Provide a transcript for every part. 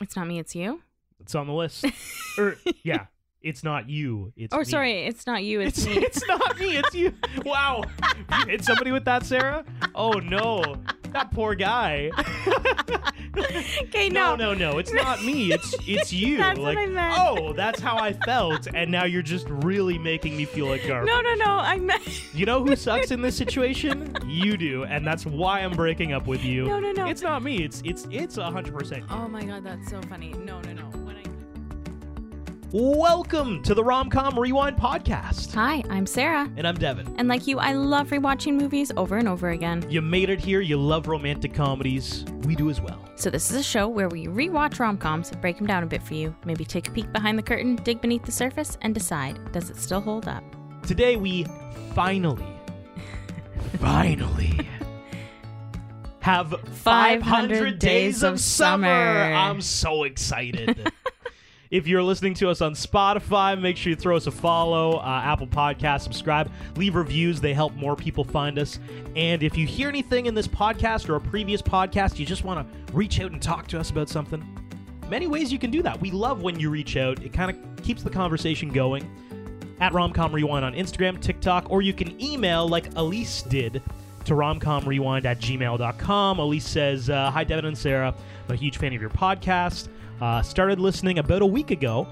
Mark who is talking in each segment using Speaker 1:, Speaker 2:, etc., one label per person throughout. Speaker 1: It's not me, it's you.
Speaker 2: It's on the list. or yeah, it's not you. It's
Speaker 1: or
Speaker 2: me.
Speaker 1: sorry, it's not you, it's,
Speaker 2: It's,
Speaker 1: me.
Speaker 2: it's not me. It's you. Wow. You hit somebody with that, Sarah? Oh no. That poor guy.
Speaker 1: okay,
Speaker 2: No, no, no. It's not me. It's it's you.
Speaker 1: That's what
Speaker 2: like,
Speaker 1: I meant.
Speaker 2: oh, that's how I felt, and now you're just really making me feel like garbage.
Speaker 1: No, no, no. I meant
Speaker 2: You know who sucks in this situation? You do, and that's why I'm breaking up with you.
Speaker 1: No, no, no.
Speaker 2: It's not me. It's it's it's 100%.
Speaker 1: Oh my god, that's so funny. No, no, no. When I...
Speaker 2: Welcome to the Rom-Com Rewind podcast.
Speaker 1: Hi, I'm Sarah.
Speaker 2: And I'm Devin.
Speaker 1: And like you, I love rewatching movies over and over again.
Speaker 2: You made it here. You love romantic comedies. We do as well.
Speaker 1: So, this is a show where we rewatch rom coms, break them down a bit for you, maybe take a peek behind the curtain, dig beneath the surface, and decide does it still hold up?
Speaker 2: Today we finally finally have
Speaker 1: 500
Speaker 2: 500 days of summer.
Speaker 1: summer.
Speaker 2: I'm so excited. if you're listening to us on Spotify, make sure you throw us a follow, uh, Apple Podcast, subscribe, leave reviews. They help more people find us. And if you hear anything in this podcast or a previous podcast, you just want to reach out and talk to us about something, many ways you can do that. We love when you reach out, it kind of keeps the conversation going at Romcom Rewind on Instagram, TikTok, or you can email like Elise did to romcomrewind at gmail.com. Elise says, uh, Hi, Devin and Sarah. I'm a huge fan of your podcast. Uh, started listening about a week ago,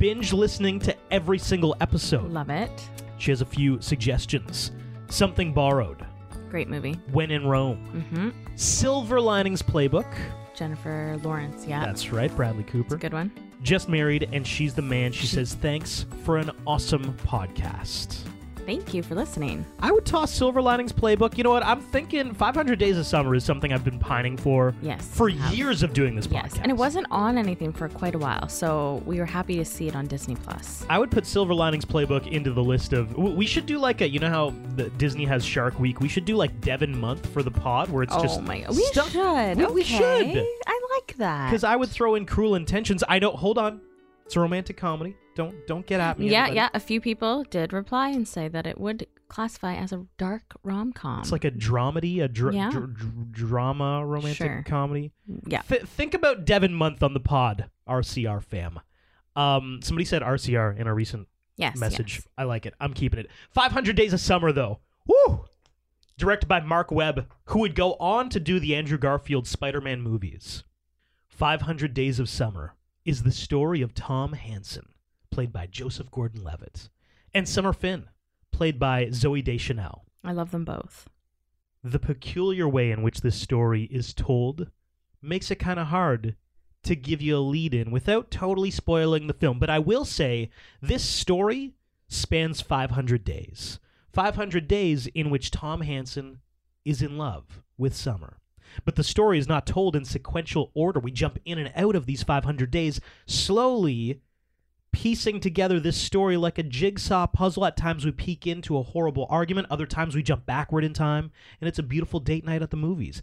Speaker 2: binge listening to every single episode.
Speaker 1: Love it.
Speaker 2: She has a few suggestions Something Borrowed,
Speaker 1: Great movie.
Speaker 2: When in Rome,
Speaker 1: hmm
Speaker 2: Silver Linings Playbook.
Speaker 1: Jennifer Lawrence, yeah.
Speaker 2: That's right, Bradley Cooper.
Speaker 1: Good one.
Speaker 2: Just married, and she's the man. She says, Thanks for an awesome podcast.
Speaker 1: Thank you for listening.
Speaker 2: I would toss Silver Linings Playbook. You know what? I'm thinking 500 Days of Summer is something I've been pining for
Speaker 1: Yes,
Speaker 2: for
Speaker 1: you have.
Speaker 2: years of doing this
Speaker 1: Yes,
Speaker 2: podcast.
Speaker 1: and it wasn't on anything for quite a while, so we were happy to see it on Disney Plus.
Speaker 2: I would put Silver Linings Playbook into the list of. w- We should do like a. You know how the Disney has Shark Week? We should do like Devon Month for the pod where it's
Speaker 1: oh
Speaker 2: just.
Speaker 1: my god, we
Speaker 2: stuff-
Speaker 1: should.
Speaker 2: We,
Speaker 1: okay.
Speaker 2: we should.
Speaker 1: I like that.
Speaker 2: Because I would throw in Cruel Intentions. I don't. Hold on. It's a romantic comedy. Don't don't get at me.
Speaker 1: yeah,
Speaker 2: everybody.
Speaker 1: yeah. A few people did reply and say that it would classify as a dark rom com.
Speaker 2: It's like a dramedy, a dr-
Speaker 1: Um, Yeah.
Speaker 2: dr- dr- drama romantic
Speaker 1: Sure.
Speaker 2: comedy.
Speaker 1: yeah,
Speaker 2: Th- think about Devon Month on the pod, RCR fam. Um, somebody said RCR in a recent
Speaker 1: yes,
Speaker 2: message.
Speaker 1: yes.
Speaker 2: I like it. I'm keeping it. 500 Days of Summer, though. Woo! Directed by Mark Webb, who would go on to do the Andrew Garfield Spider Man movies. 500 Days of Summer is the story of Tom Hansen, played by Joseph Gordon Levitt, and Summer Finn, played by Zoe Deschanel
Speaker 1: I love them both.
Speaker 2: the peculiar way in which this story is told makes it kind of hard to give you a lead in without totally spoiling the film. But I will say this story spans 500 days. 500 days in which Tom Hansen is in love with Summer. But the story is not told in sequential order. We jump in and out of these 500 days, slowly piecing together this story like a jigsaw puzzle. At times we peek into a horrible argument, other times we jump backward in time, and it's a beautiful date night at the movies.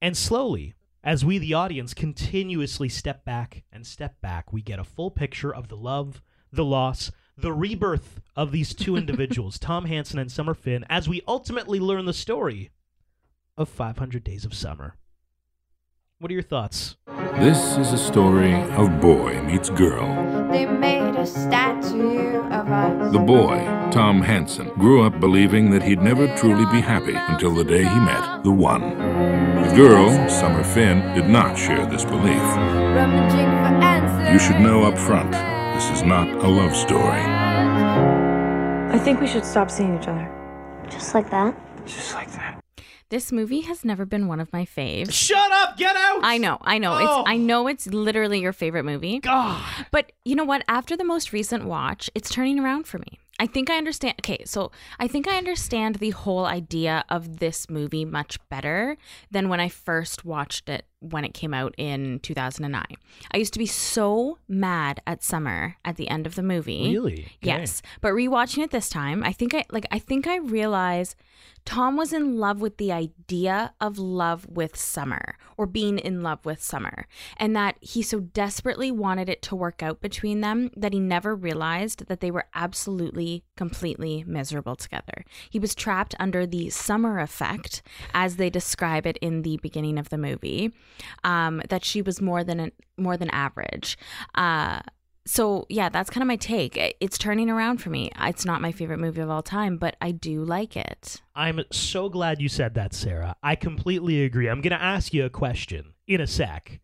Speaker 2: And slowly, as we, the audience, continuously step back and step back, we get a full picture of the love, the loss, the rebirth of these two individuals, Tom Hansen and Summer Finn, as we ultimately learn the story of 500 Days of Summer. What are your thoughts?
Speaker 3: This is a story of boy meets girl.
Speaker 4: They made a statue of us.
Speaker 3: The boy, Tom Hansen, grew up believing that he'd never truly be happy until the day he met the one. The girl, Summer Finn, did not share this belief.
Speaker 4: Rummaging for answers.
Speaker 3: You should know up front, this is not a love story.
Speaker 5: I think we should stop seeing each other.
Speaker 6: Just like that?
Speaker 1: This movie has never been one of my faves.
Speaker 2: Shut up! Get out!
Speaker 1: I know, I know.
Speaker 2: Oh.
Speaker 1: It's I know it's literally your favorite movie.
Speaker 2: God!
Speaker 1: But you know what? After the most recent watch, it's turning around for me. I think I understand. Okay, so I think I understand the whole idea of this movie much better than when I first watched it when it came out in 2009. I used to be so mad at Summer at the end of the movie.
Speaker 2: Really?
Speaker 1: Yes. But rewatching it this time, I think I like I think I realize Tom was in love with the idea of love with summer or being in love with summer and that he so desperately wanted it to work out between them that he never realized that they were absolutely completely, completely miserable together. He was trapped under the summer effect, as they describe it in the beginning of the movie, um, that she was more than an, more than average. Uh, so yeah, that's kind of my take. I- It's turning around for me. It's not my favorite movie of all time, but I do like it.
Speaker 2: I'm so glad you said that, Sarah. I completely agree. I'm going to ask you a question in a sec,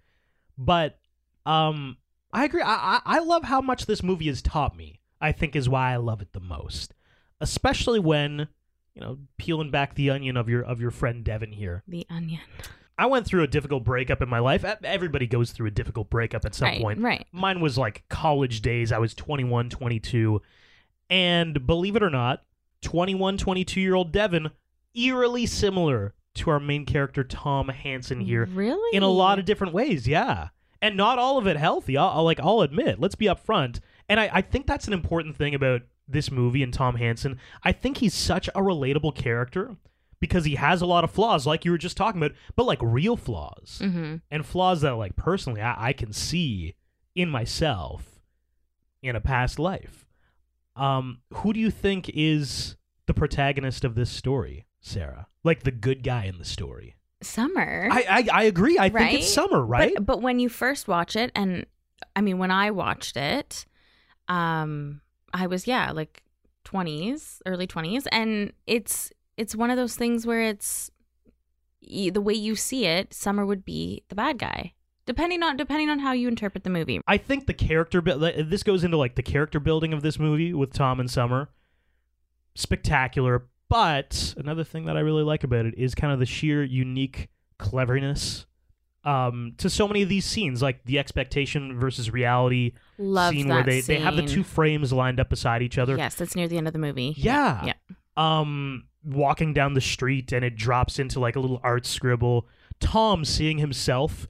Speaker 2: but um, I agree. I, I I love how much this movie has taught me. I think is why I love it the most, especially when you know peeling back the onion of your of your friend Devin here.
Speaker 1: The Onion.
Speaker 2: I went through a difficult breakup in my life. E- Everybody goes through a difficult breakup at some
Speaker 1: right,
Speaker 2: point.
Speaker 1: right.
Speaker 2: Mine was like college days. I was 21, 22. And believe it or not, 21, 22 year old Devin, eerily similar to our main character, Tom Hansen, here
Speaker 1: Really?
Speaker 2: in a lot of different ways. Yeah. And not all of it healthy. I'll, I'll- like, I'll admit, let's be upfront. And I, I think that's an important thing about this movie and Tom Hansen. I think he's such a relatable character because he has a lot of flaws, like you were just talking about, but like real flaws
Speaker 1: Mm-hmm.
Speaker 2: and flaws that like personally I, I can see in myself in a past life. Um, who do you think is the protagonist of this story, Sarah? Like the good guy in the story?
Speaker 1: Summer.
Speaker 2: I I, I agree. I think
Speaker 1: Right?
Speaker 2: it's Summer, right?
Speaker 1: But, but when you first watch it, and I mean, when I watched it, um, I was yeah, like twenties, early twenties, and it's it's one of those things where it's y- the way you see it, Summer would be the bad guy, depending on depending on how you interpret the movie.
Speaker 2: I think the character bu- like, this goes into like the character building of this movie with Tom and Summer. Spectacular, but another thing that I really like about it is kind of the sheer unique cleverness um, to so many of these scenes, like the expectation versus reality
Speaker 1: Love
Speaker 2: scene
Speaker 1: that
Speaker 2: where they, they have the
Speaker 1: scene.
Speaker 2: two frames lined up beside each other.
Speaker 1: Yes, that's near the end of the movie.
Speaker 2: Yeah.
Speaker 1: Yeah.
Speaker 2: Um, walking down the street and it drops into like a little art scribble. Tom seeing himself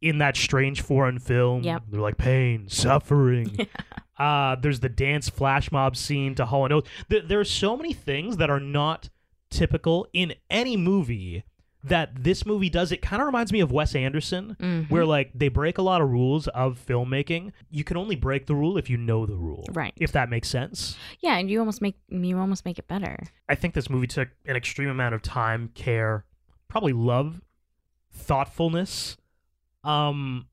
Speaker 2: in that strange foreign film.
Speaker 1: Yep.
Speaker 2: They're like pain, suffering. Uh, there's the dance flash mob scene to Hollow Notes. There, there are so many things that are not typical in any movie that this movie does. It kind of reminds me of Wes Anderson,
Speaker 1: Mhm.
Speaker 2: where like they break a lot of rules of filmmaking. You can only break the rule if you know the rule,
Speaker 1: Right.
Speaker 2: If that makes sense.
Speaker 1: yeah, and you almost make you almost make it better.
Speaker 2: I think this movie took an extreme amount of time, care, probably love, thoughtfulness. Um,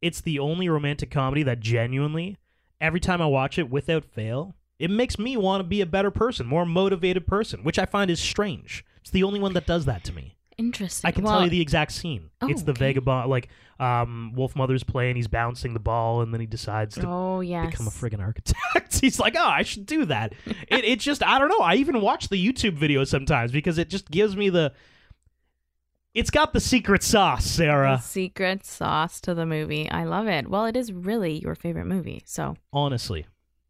Speaker 2: it's the only romantic comedy that genuinely, every time I watch it without fail, it makes me want to be a better person, more motivated person, which I find is strange. It's the only one that does that to me.
Speaker 1: Interesting.
Speaker 2: I can
Speaker 1: Well,
Speaker 2: tell you the exact scene.
Speaker 1: Oh,
Speaker 2: it's the
Speaker 1: okay.
Speaker 2: vagabond, like um, Wolf Mother's playing. He's bouncing the ball, and then he decides to
Speaker 1: Oh yes.
Speaker 2: become a friggin' architect. He's like, oh, I should do that. it, it just, I don't know. I even watch the YouTube videos sometimes because it just gives me the. It's got the secret sauce, Sarah.
Speaker 1: Secret sauce to the movie. I love it. Well, it is really your favorite movie. So,
Speaker 2: Honestly,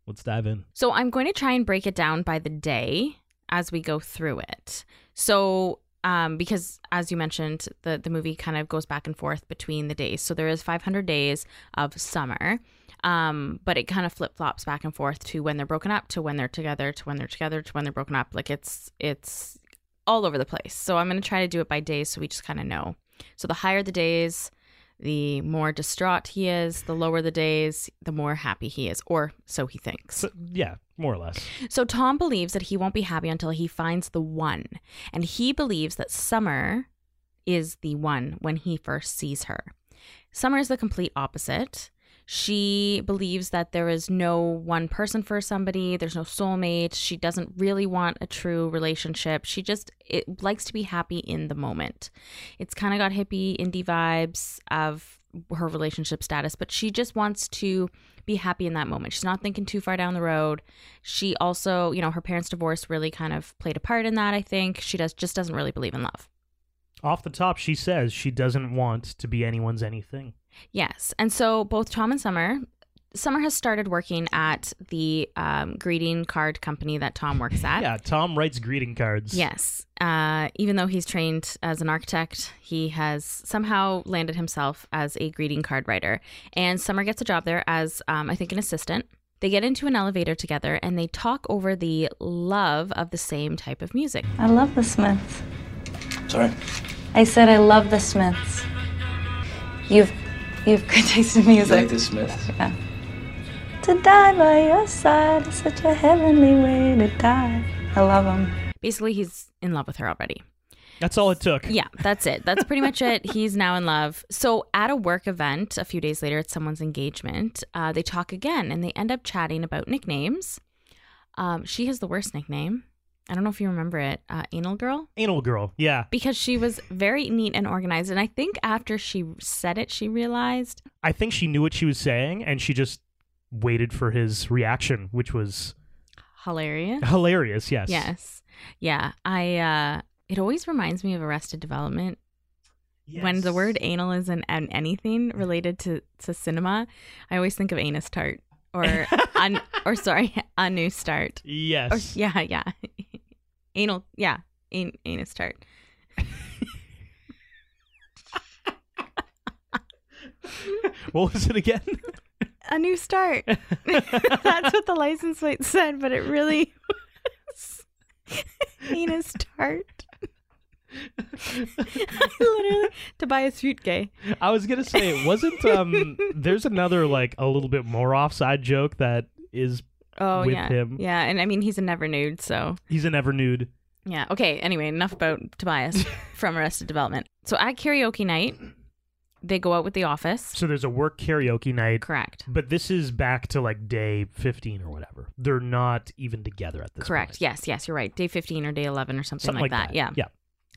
Speaker 2: let's dive in.
Speaker 1: so I'm going to try and break it down by the day as we go through it. So, um, because as you mentioned, the the movie kind of goes back and forth between the days. So there is 500 days of summer, um, but it kind of flip flops back and forth to when they're broken up, to when they're together, to when they're together, to when they're broken up. Like it's it's all over the place. So I'm going to try to do it by days, so we just kind of know. So the higher the days, the more distraught he is. The lower the days, the more happy he is, or so he thinks.
Speaker 2: So, yeah, more or less.
Speaker 1: So Tom believes that he won't be happy until he finds the one. And he believes that Summer is the one when he first sees her. Summer is the complete opposite. She believes that there is no one person for somebody, there's no soulmate. She doesn't really want a true relationship. She just it likes to be happy in the moment. It's kind of got hippie indie vibes of her relationship status, but she just wants to be happy in that moment. She's not thinking too far down the road. She also, you know, her parents' divorce really kind of played a part in that, I think. She does just doesn't really believe in love.
Speaker 2: Off the top, she says she doesn't want to be anyone's anything.
Speaker 1: Yes. And so both Tom and Summer, Summer has started working at the um, greeting card company that Tom works at.
Speaker 2: Yeah, Tom writes greeting cards.
Speaker 1: Yes. Uh, even though he's trained as an architect, he has somehow landed himself as a greeting card writer. And Summer gets a job there as, um, I think, an assistant. They get into an elevator together and they talk over the love of the same type of music.
Speaker 5: I love the Smiths.
Speaker 6: Sorry.
Speaker 5: I said I love the Smiths. You've you've good taste in music.
Speaker 6: the Smiths?
Speaker 5: Yeah. To die by your side is such a heavenly way to die. I love him.
Speaker 1: Basically, he's in love with her already.
Speaker 2: That's all it took.
Speaker 1: Yeah, that's it. That's pretty much it. He's now in love. So, at a work event a few days later, at someone's engagement, uh, they talk again and they end up chatting about nicknames. Um, she has the worst nickname. I don't know if you remember it, uh, Anal Girl,
Speaker 2: Anal girl. Yeah.
Speaker 1: because she was very neat and organized. And I think after she said it, she realized
Speaker 2: I think she knew what she was saying and she just waited for his reaction, which was
Speaker 1: hilarious.
Speaker 2: hilarious. Yes.
Speaker 1: Yes. Yeah. I, uh, it always reminds me of Arrested Development. When the word anal is in, in anything related to, to cinema, I always think of anus tart or un, or sorry, a new start. Or,
Speaker 2: Yes.
Speaker 1: yeah, yeah, anal, yeah, an, anus tart.
Speaker 2: What was it again?
Speaker 1: A new start. That's what the license plate said, but it really was anus tart. I literally Tobias Futke.
Speaker 2: I was gonna say it wasn't. Um, there's another like a little bit more offside joke that is
Speaker 1: Oh
Speaker 2: With
Speaker 1: yeah,
Speaker 2: him.
Speaker 1: yeah, and I mean he's a never nude, so
Speaker 2: he's an ever nude.
Speaker 1: Yeah. Okay. Anyway, enough about Tobias from Arrested Development. So at karaoke night, they go out with the office.
Speaker 2: So there's a work karaoke night,
Speaker 1: Correct.
Speaker 2: but this is back to like day 15 or whatever. They're not even together at this.
Speaker 1: Correct.
Speaker 2: point.
Speaker 1: Yes. Yes. You're right. Day 15 or day 11 or something,
Speaker 2: Something
Speaker 1: like, that. Yeah.
Speaker 2: Yeah.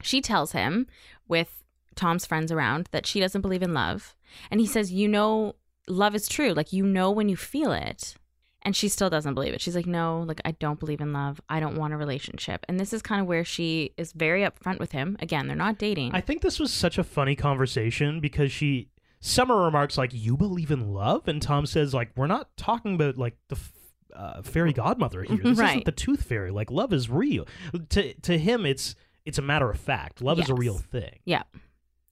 Speaker 1: She tells him, with Tom's friends around, that she doesn't believe in love. And he says, You know, love is true. Like, you know when you feel it. And she still doesn't believe it. She's like, No, like, I don't believe in love. I don't want a relationship. And this is kind of where she is very upfront with him. Again, they're not dating.
Speaker 2: I think this was such a funny conversation because she Summer remarks like you believe in love and Tom says like we're not talking about like the f- uh, fairy godmother here. This
Speaker 1: Mm-hmm. Right.
Speaker 2: isn't the tooth fairy. Like love is real. To to him it's it's a matter of fact. Love is a
Speaker 1: Yes.
Speaker 2: real thing.
Speaker 1: Yeah.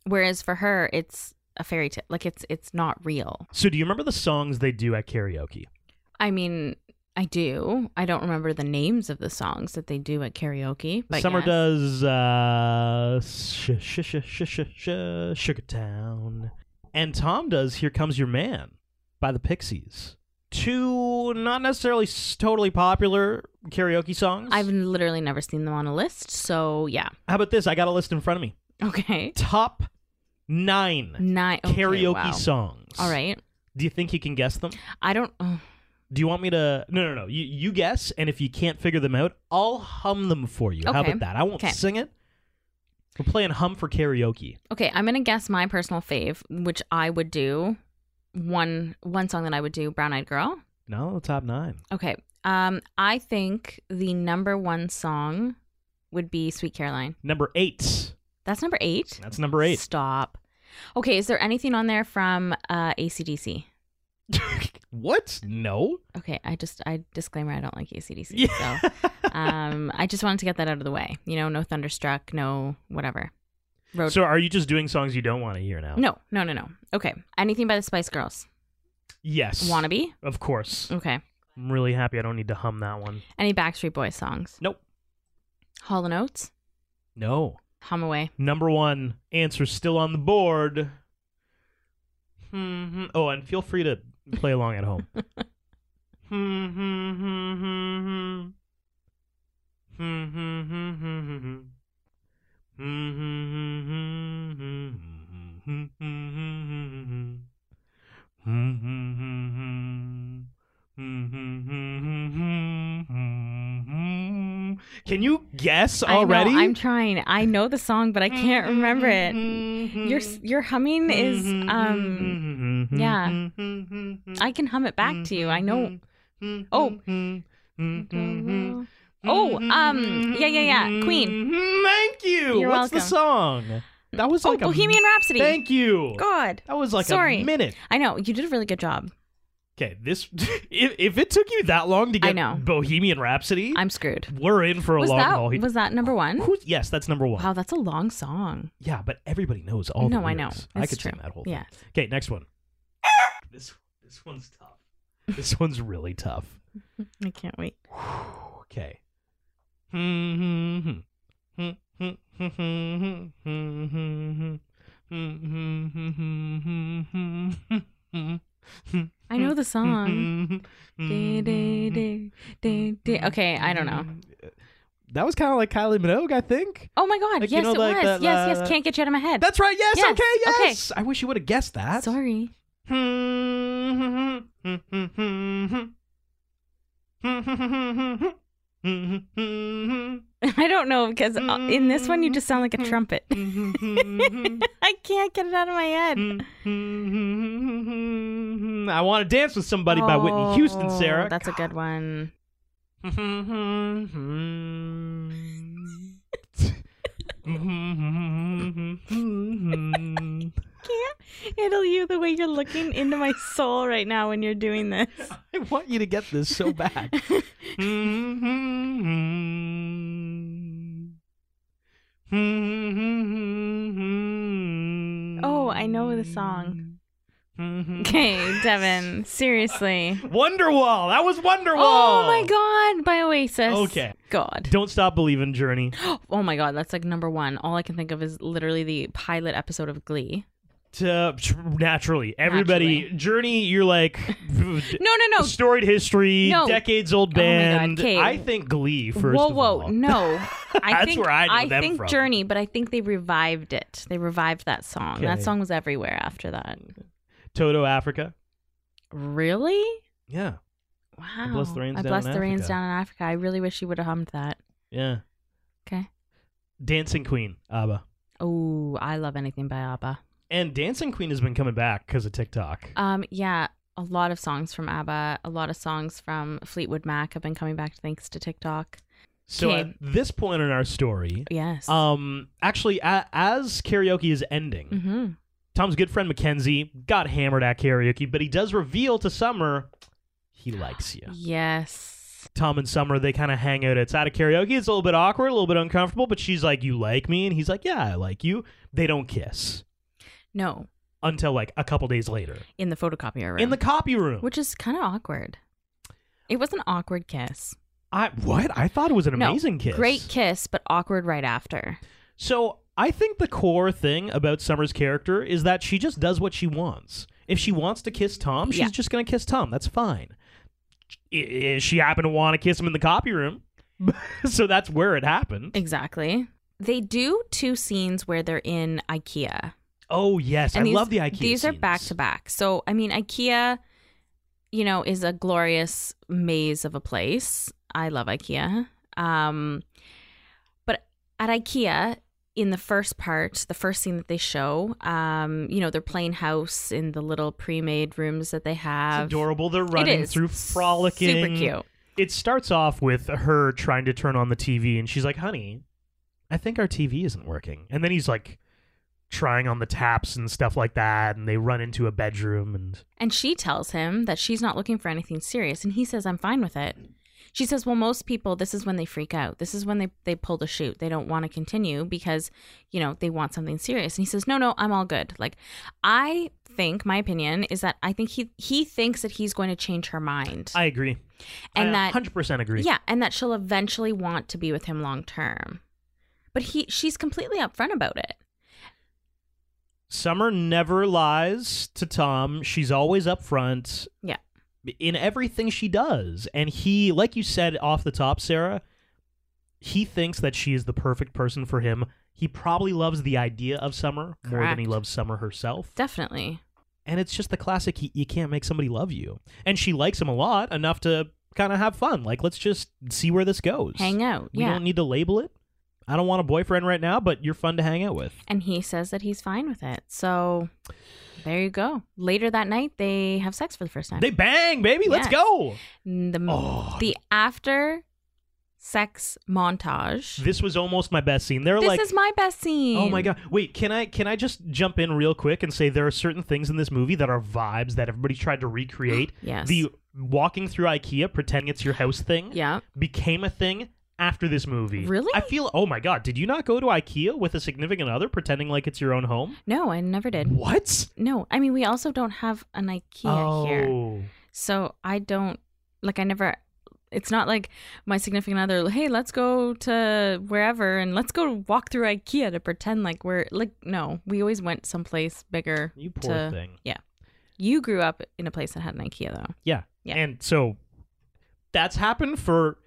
Speaker 1: Whereas for her, it's a fairy tale. Like it's it's not real.
Speaker 2: So do you remember the songs they do at karaoke?
Speaker 1: I mean, I do. I don't remember the names of the songs that they do at karaoke. But
Speaker 2: Summer
Speaker 1: yes.
Speaker 2: does uh sh- sh- sh- sh- sh- sh- Sugar Town and Tom does Here Comes Your Man by the Pixies. Two not necessarily s- totally popular karaoke songs.
Speaker 1: I've literally never seen them on a list. So yeah.
Speaker 2: How about this? I got a list in front of me.
Speaker 1: Okay.
Speaker 2: Top 9
Speaker 1: Nine okay,
Speaker 2: karaoke
Speaker 1: wow.
Speaker 2: songs.
Speaker 1: All right.
Speaker 2: Do you think you can guess them?
Speaker 1: I don't. Oh,
Speaker 2: Do you want me to No, no, no. You you guess and if you can't figure them out, I'll hum them for you. How
Speaker 1: Okay.
Speaker 2: about that? I won't
Speaker 1: Okay.
Speaker 2: sing it. We're playing hum for karaoke.
Speaker 1: okay. I'm gonna guess my personal fave, which I would do. One one song that I would do, Brown Eyed Girl.
Speaker 2: No, top 9.
Speaker 1: Okay. Um, I think the number one song would be Sweet Caroline.
Speaker 2: Number eight.
Speaker 1: That's number eight.
Speaker 2: That's number eight.
Speaker 1: Stop. Okay, is there anything on there from uh, ACDC?
Speaker 2: what? No.
Speaker 1: Okay, I just I disclaimer I don't like ACDC.
Speaker 2: Yeah.
Speaker 1: So um, I just wanted to get that out of the way. You know, no Thunderstruck, no whatever. Road.
Speaker 2: So are you just doing songs you don't want to hear now?
Speaker 1: no, no, no, no. Okay, anything by the Spice Girls?
Speaker 2: Yes.
Speaker 1: Wannabe.
Speaker 2: Of course.
Speaker 1: Okay.
Speaker 2: I'm really happy I don't need to hum that one.
Speaker 1: Any Backstreet Boys songs?
Speaker 2: Nope.
Speaker 1: Hall and Oates.
Speaker 2: No.
Speaker 1: Hum away.
Speaker 2: Number one answer still on the board.
Speaker 1: Mm-hmm.
Speaker 2: Hmm. hmm. Oh, and feel free to play along at home. Hmm, hmm, hmm, hmm, hmm. Hmm, hmm, hmm, hmm, hmm, hmm. Hmm, hmm, hmm, hmm, hmm, hmm, hmm, hmm, hmm, hmm, hmm. Hmm, hmm, hmm, hmm. Hmm, hmm, hmm, hmm, hmm, hmm, hmm. Can you guess
Speaker 1: I know,
Speaker 2: already?
Speaker 1: I'm trying. I know the song, but I can't remember it. Your
Speaker 2: Mm-hmm.
Speaker 1: your humming is um. yeah.
Speaker 2: Mm-hmm.
Speaker 1: I can hum it back to you. I know. Oh.
Speaker 2: Mm-hmm.
Speaker 1: Oh, um, yeah, yeah, yeah, Queen.
Speaker 2: Mm-hmm. Thank you.
Speaker 1: You're
Speaker 2: What's the
Speaker 1: welcome.
Speaker 2: song? That was
Speaker 1: Oh,
Speaker 2: like a-
Speaker 1: Bohemian Rhapsody.
Speaker 2: Thank you.
Speaker 1: God.
Speaker 2: That was like
Speaker 1: Sorry.
Speaker 2: a minute.
Speaker 1: I know. You did a really good job.
Speaker 2: Okay, this if, if it took you that long to
Speaker 1: I
Speaker 2: get
Speaker 1: know.
Speaker 2: Bohemian Rhapsody,
Speaker 1: I'm screwed.
Speaker 2: we're in for a
Speaker 1: was
Speaker 2: long
Speaker 1: that
Speaker 2: haul. here.
Speaker 1: was that number one?
Speaker 2: Who- yes, that's number one.
Speaker 1: Wow, that's a long song.
Speaker 2: Yeah, but everybody knows all the
Speaker 1: no, I know.
Speaker 2: lyrics. I
Speaker 1: That's
Speaker 2: could
Speaker 1: true.
Speaker 2: sing that whole
Speaker 1: yeah.
Speaker 2: thing. Okay, next one. This this one's tough. This one's really tough.
Speaker 1: I can't wait.
Speaker 2: Okay. Bohemian
Speaker 1: I know the song. Day, day,
Speaker 2: Mm-hmm.
Speaker 1: day, day, day. Okay, I don't know.
Speaker 2: That was kind of like Kylie Minogue, I think.
Speaker 1: Oh my god,
Speaker 2: Like, you
Speaker 1: yes
Speaker 2: know,
Speaker 1: it
Speaker 2: like
Speaker 1: was.
Speaker 2: that- uh,
Speaker 1: yes,
Speaker 2: that-
Speaker 1: yes, can't get you out of my head.
Speaker 2: That's right. Yes.
Speaker 1: Yes,
Speaker 2: Okay.
Speaker 1: okay.
Speaker 2: Yes. I wish you would have guessed that.
Speaker 1: Sorry. I don't know because uh, in this one you just sound
Speaker 2: Mm-hmm.
Speaker 1: like a trumpet. I can't get it out of my head.
Speaker 2: Mm-hmm. I want to dance with somebody by Whitney Houston,
Speaker 1: Oh,
Speaker 2: Sarah.
Speaker 1: That's a good one. Can't handle you the way you're looking into my soul right now when you're doing this.
Speaker 2: I want you to get this so bad. Mm-hmm.
Speaker 1: Oh,
Speaker 2: oh,
Speaker 1: I know the song.
Speaker 2: Mm-hmm.
Speaker 1: Okay, Devin, seriously.
Speaker 2: Wonderwall. That was Wonderwall.
Speaker 1: Oh my god, by Oasis.
Speaker 2: Okay.
Speaker 1: God.
Speaker 2: Don't stop believing, Journey.
Speaker 1: Oh my god, that's like number one. All I can think of is literally the pilot episode of Glee.
Speaker 2: To, naturally, everybody. Journey, you're like
Speaker 1: No, no, no.
Speaker 2: storied history,
Speaker 1: No.
Speaker 2: decades old
Speaker 1: Oh my God,
Speaker 2: band.
Speaker 1: okay.
Speaker 2: I think Glee first.
Speaker 1: whoa,
Speaker 2: of
Speaker 1: whoa,
Speaker 2: all.
Speaker 1: no. I
Speaker 2: That's
Speaker 1: think
Speaker 2: where I know them
Speaker 1: think
Speaker 2: from.
Speaker 1: Journey, but I think they revived it. They revived that song. That
Speaker 2: Okay.
Speaker 1: song was everywhere after that.
Speaker 2: Toto Africa.
Speaker 1: Really?
Speaker 2: Yeah,
Speaker 1: Wow.
Speaker 2: Bless the Rains
Speaker 1: I
Speaker 2: Down
Speaker 1: blessed
Speaker 2: in
Speaker 1: the rains
Speaker 2: Africa.
Speaker 1: down in Africa. I really wish you would have hummed that.
Speaker 2: yeah.
Speaker 1: Okay.
Speaker 2: Dancing Queen, ABBA.
Speaker 1: Oh, I love anything by ABBA.
Speaker 2: And Dancing Queen has been coming back because of TikTok.
Speaker 1: Um, yeah, a lot of songs from ABBA, a lot of songs from Fleetwood Mac have been coming back thanks to TikTok.
Speaker 2: so
Speaker 1: okay.
Speaker 2: at this point in our story,
Speaker 1: Yes.
Speaker 2: um, actually, a- as karaoke is ending,
Speaker 1: mm-hmm.
Speaker 2: Tom's good friend Mackenzie got hammered at karaoke, but he does reveal to Summer he likes you.
Speaker 1: Yes.
Speaker 2: Tom and Summer, they kind of hang out outside of karaoke. It's a little bit awkward, a little bit uncomfortable, but she's like, You like me? And he's like, Yeah, I like you. They don't kiss
Speaker 1: No,
Speaker 2: until like a couple days later
Speaker 1: in the photocopier room.
Speaker 2: in the copy room.
Speaker 1: which is kind of awkward. It was an awkward kiss.
Speaker 2: I what? I thought it was an
Speaker 1: No,
Speaker 2: amazing kiss.
Speaker 1: Great kiss, but awkward right after.
Speaker 2: So I think the core thing about Summer's character is that she just does what she wants. If she wants to kiss Tom, she's
Speaker 1: Yeah.
Speaker 2: just going to kiss Tom. That's fine. I- If she happened to want to kiss him in the copy room, so that's where it happened.
Speaker 1: Exactly. They do two scenes where they're in IKEA.
Speaker 2: Oh yes, I love the IKEA.
Speaker 1: These are back to back. So I mean, IKEA, you know, is a glorious maze of a place. I love IKEA. Um, but at IKEA, in the first part, the first scene that they show, um, you know, they're playing house in the little pre-made rooms that they
Speaker 2: It's
Speaker 1: have.
Speaker 2: adorable. They're
Speaker 1: It
Speaker 2: running
Speaker 1: is
Speaker 2: through frolicking.
Speaker 1: super cute.
Speaker 2: It starts off with her trying to turn on the TV, and she's like, "Honey, I think our TV isn't working." And then he's like, trying on the taps and stuff like that, and they run into a bedroom, and
Speaker 1: And she tells him that she's not looking for anything serious. And he says, I'm fine with it. She says, Well, most people, this is when they freak out. This is when they, they pull the shoot. They don't want to continue because, you know, they want something serious. And he says, No, no, I'm all good. Like, I think my opinion is that I think he he thinks that he's going to change her mind.
Speaker 2: I agree,
Speaker 1: And
Speaker 2: I
Speaker 1: that-
Speaker 2: hundred percent agree.
Speaker 1: yeah, and that she'll eventually want to be with him long term. But he she's completely upfront about it.
Speaker 2: Summer never lies to Tom. She's always upfront.
Speaker 1: Yeah.
Speaker 2: in everything she does, and he, like you said off the top, Sarah, he thinks that she is the perfect person for him. He probably loves the idea of Summer more than he
Speaker 1: Correct.
Speaker 2: loves Summer herself.
Speaker 1: Definitely.
Speaker 2: and it's just the classic y- you can't make somebody love you and she likes him a lot enough to kind of have fun like let's just see where this goes
Speaker 1: Hang out.
Speaker 2: we
Speaker 1: yeah.
Speaker 2: don't need to label it i don't want a boyfriend right now but you're fun to hang out with
Speaker 1: and he says that he's fine with it. So there you go. Later that night, they have sex for the first time.
Speaker 2: they bang baby let's
Speaker 1: Yes.
Speaker 2: go
Speaker 1: the
Speaker 2: Oh.
Speaker 1: the after sex montage.
Speaker 2: this was almost my best scene they're
Speaker 1: this
Speaker 2: like
Speaker 1: is my best scene.
Speaker 2: Oh my god. Wait, can I can I just jump in real quick and say there are certain things in this movie that are vibes that everybody tried to recreate.
Speaker 1: Yes.
Speaker 2: The walking through IKEA pretending it's your house thing.
Speaker 1: Yeah.
Speaker 2: became a thing after this movie.
Speaker 1: Really?
Speaker 2: I feel oh my god, did you not go to IKEA with a significant other pretending like it's your own home?
Speaker 1: No, I never did.
Speaker 2: What?
Speaker 1: No, I mean we also don't have an IKEA
Speaker 2: oh.
Speaker 1: here, so I don't like. I never. It's not like my significant other. Hey, let's go to wherever and let's go walk through IKEA to pretend like we're like. No, we always went someplace bigger.
Speaker 2: You poor
Speaker 1: to-
Speaker 2: thing.
Speaker 1: yeah. You grew up in a place that had an IKEA, though.
Speaker 2: Yeah.
Speaker 1: Yeah.
Speaker 2: And so that's happened for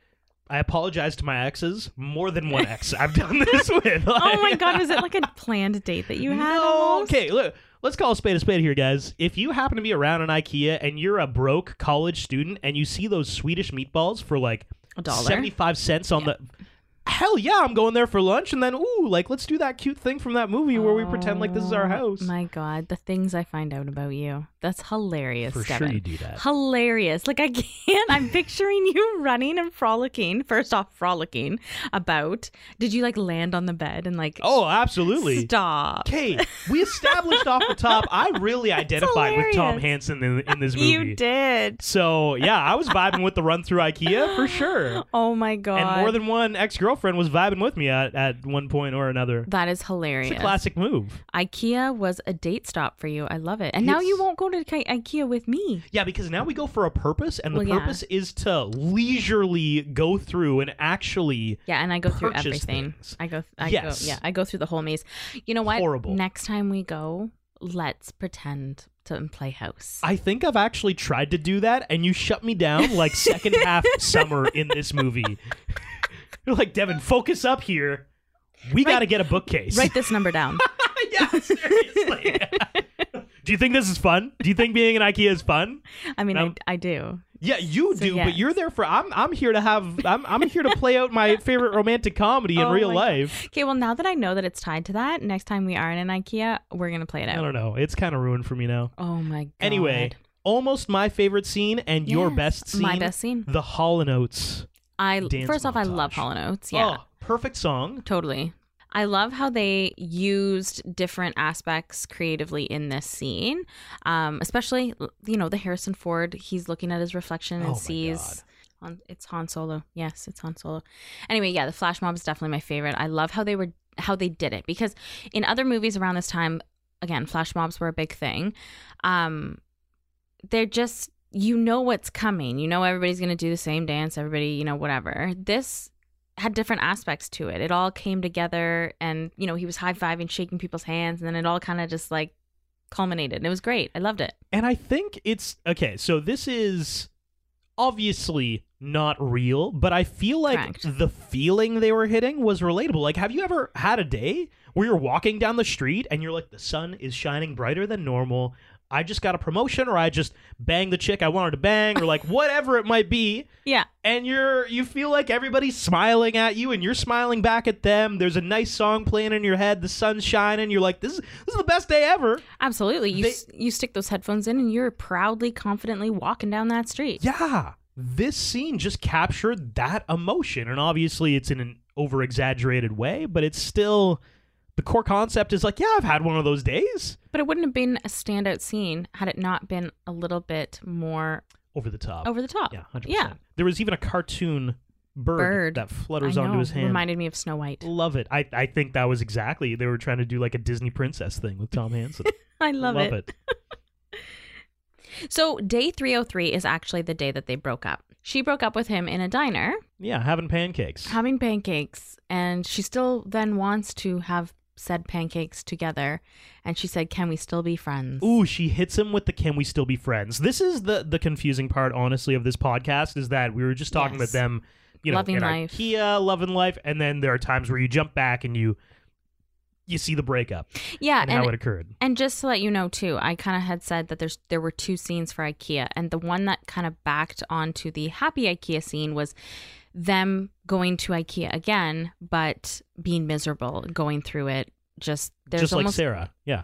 Speaker 2: I apologize to my exes, more than one ex I've done this with.
Speaker 1: Oh my God, was it like a planned date that you had?
Speaker 2: No,
Speaker 1: almost?
Speaker 2: okay, look. Let's call a spade a spade here, guys. If you happen to be around an IKEA and you're a broke college student and you see those Swedish meatballs for like
Speaker 1: A dollar.
Speaker 2: 75 cents on the Hell yeah, I'm going there for lunch and then ooh, like let's do that cute thing from that movie where we pretend like this is our
Speaker 1: Oh,
Speaker 2: house.
Speaker 1: My God, the things I find out about you. That's hilarious,
Speaker 2: for
Speaker 1: Devin.
Speaker 2: sure you do that.
Speaker 1: Hilarious. Like I can't. I'm picturing you running and frolicking. First off, frolicking about. Did you like land on the bed and like
Speaker 2: Oh, absolutely.
Speaker 1: stop?
Speaker 2: Okay, we established off the top. I really identified with Tom
Speaker 1: hilarious.
Speaker 2: Hansen in, in this movie.
Speaker 1: You did.
Speaker 2: So yeah, I was vibing with the run through IKEA for sure.
Speaker 1: Oh my God.
Speaker 2: And more than one ex girlfriend was vibing with me at, at one point or another.
Speaker 1: that is hilarious.
Speaker 2: It's a classic move.
Speaker 1: IKEA was a date stop for you. I love it. And now you
Speaker 2: It's-
Speaker 1: won't go to Ki- IKEA with me.
Speaker 2: Yeah, because now we go for a purpose, and the
Speaker 1: Well, yeah.
Speaker 2: purpose is to leisurely go through and actually.
Speaker 1: Yeah, and I go through
Speaker 2: Purchase
Speaker 1: everything.
Speaker 2: things.
Speaker 1: I go. I
Speaker 2: Yes.
Speaker 1: go. Yeah, I go through the whole maze. You know what?
Speaker 2: Horrible.
Speaker 1: Next time we go, let's pretend to play house.
Speaker 2: I think I've actually tried to do that, and you shut me down like second half summer in this movie. You're like, Devin, focus up here. We got to get a bookcase.
Speaker 1: Write this number down.
Speaker 2: yeah, seriously. do you think this is fun? Do you think being in IKEA is fun?
Speaker 1: I mean,
Speaker 2: Um,
Speaker 1: I, I do.
Speaker 2: Yeah, you
Speaker 1: So,
Speaker 2: do,
Speaker 1: yes.
Speaker 2: but you're there for I'm I'm here to have I'm I'm here to play out my favorite romantic comedy in
Speaker 1: Oh
Speaker 2: real
Speaker 1: my God.
Speaker 2: life.
Speaker 1: Okay, well, now that I know that it's tied to that, next time we are in an IKEA, we're gonna play it
Speaker 2: I
Speaker 1: out.
Speaker 2: don't know. It's kind of ruined for me now.
Speaker 1: Oh my god.
Speaker 2: Anyway, almost my favorite scene and your
Speaker 1: Yes,
Speaker 2: best scene.
Speaker 1: my best scene.
Speaker 2: The Hall and Oates.
Speaker 1: I
Speaker 2: dance
Speaker 1: first off, I
Speaker 2: montage.
Speaker 1: love Hall and Oates. Yeah.
Speaker 2: Oh, perfect song.
Speaker 1: Totally. I love how they used different aspects creatively in this scene, um, especially you know the Harrison Ford. He's looking at his reflection
Speaker 2: Oh
Speaker 1: and
Speaker 2: my
Speaker 1: sees. Han- It's Han Solo. Yes, it's Han Solo. Anyway, yeah, the flash mob is definitely my favorite. I love how they were how they did it because in other movies around this time, again, flash mobs were a big thing. Um, they're just you know what's coming. You know everybody's gonna do the same dance. Everybody, you know, whatever. This had different aspects to it. It all came together, and you know, he was high fiving, shaking people's hands, and then it all kind of just like culminated. And it was great. I loved it.
Speaker 2: And I think it's okay, so this is obviously not real, but I feel like
Speaker 1: Correct.
Speaker 2: the feeling they were hitting was relatable. Like, have you ever had a day where you're walking down the street and you're like, the sun is shining brighter than normal? I just got a promotion, or I just banged the chick I wanted to bang, or like whatever it might be.
Speaker 1: Yeah,
Speaker 2: And you're you feel like everybody's smiling at you, and you're smiling back at them. There's a nice song playing in your head, the sun's shining. You're like, this is this is the best day ever.
Speaker 1: absolutely. You
Speaker 2: They-
Speaker 1: s you stick those headphones in, and you're proudly, confidently walking down that street.
Speaker 2: Yeah. This scene just captured that emotion. And obviously, it's in an over exaggerated way, but it's still the core concept is like, yeah, I've had one of those days
Speaker 1: But it wouldn't have been a standout scene had it not been a little bit more
Speaker 2: over the top.
Speaker 1: over the top.
Speaker 2: yeah, 100%.
Speaker 1: Yeah.
Speaker 2: There was even a cartoon bird,
Speaker 1: Bird.
Speaker 2: that
Speaker 1: I
Speaker 2: flutters
Speaker 1: know.
Speaker 2: onto his hand.
Speaker 1: Reminded me of Snow White.
Speaker 2: Love it. I, I think that was exactly, they were trying to do like a Disney princess thing with Tom Hansen.
Speaker 1: I love,
Speaker 2: Love
Speaker 1: it. So day 303 is actually the day that they broke up. She broke up with him in a diner
Speaker 2: Yeah, having pancakes.
Speaker 1: having pancakes and she still then wants to have said pancakes together and she said, "Can we still be friends?"
Speaker 2: Ooh, she hits him with the "Can we still be friends?" This is the the confusing part, honestly, of this podcast is that we were just talking
Speaker 1: Yes.
Speaker 2: about them, you know,
Speaker 1: Loving
Speaker 2: in
Speaker 1: life.
Speaker 2: IKEA, loving life, and then there are times where you jump back and you you see the breakup
Speaker 1: yeah,
Speaker 2: and, how it occurred.
Speaker 1: And just to let you know too, I kind of had said that there's there were two scenes for IKEA, and the one that kind of backed onto the happy IKEA scene was them going to IKEA again, but being miserable, going through it. Just there's
Speaker 2: Just like
Speaker 1: almost
Speaker 2: Sarah, yeah.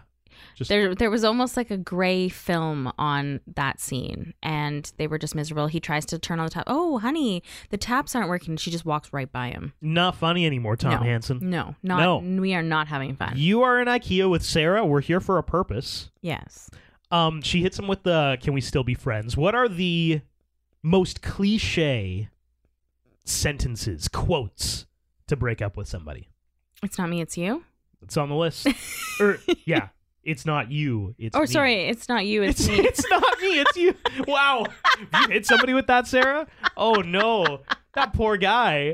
Speaker 2: Just
Speaker 1: there there was almost like a gray film on that scene, and they were just miserable. He tries to turn on the tap. Oh, honey, the taps aren't working. She just walks right by him.
Speaker 2: not funny anymore, Tom
Speaker 1: no,
Speaker 2: Hansen.
Speaker 1: No, not we are not having fun.
Speaker 2: You are in IKEA with Sarah. We're here for a purpose.
Speaker 1: yes.
Speaker 2: Um, she hits him with the "Can we still be friends?" What are the most cliche sentences, quotes to break up with somebody?
Speaker 1: It's not me, it's you.
Speaker 2: It's on the list. or yeah, it's not you. It's
Speaker 1: or
Speaker 2: me.
Speaker 1: sorry, it's not you, it's,
Speaker 2: It's,
Speaker 1: me.
Speaker 2: it's not me. It's you. Wow, you hit somebody with that, Sarah. Oh no, that poor guy.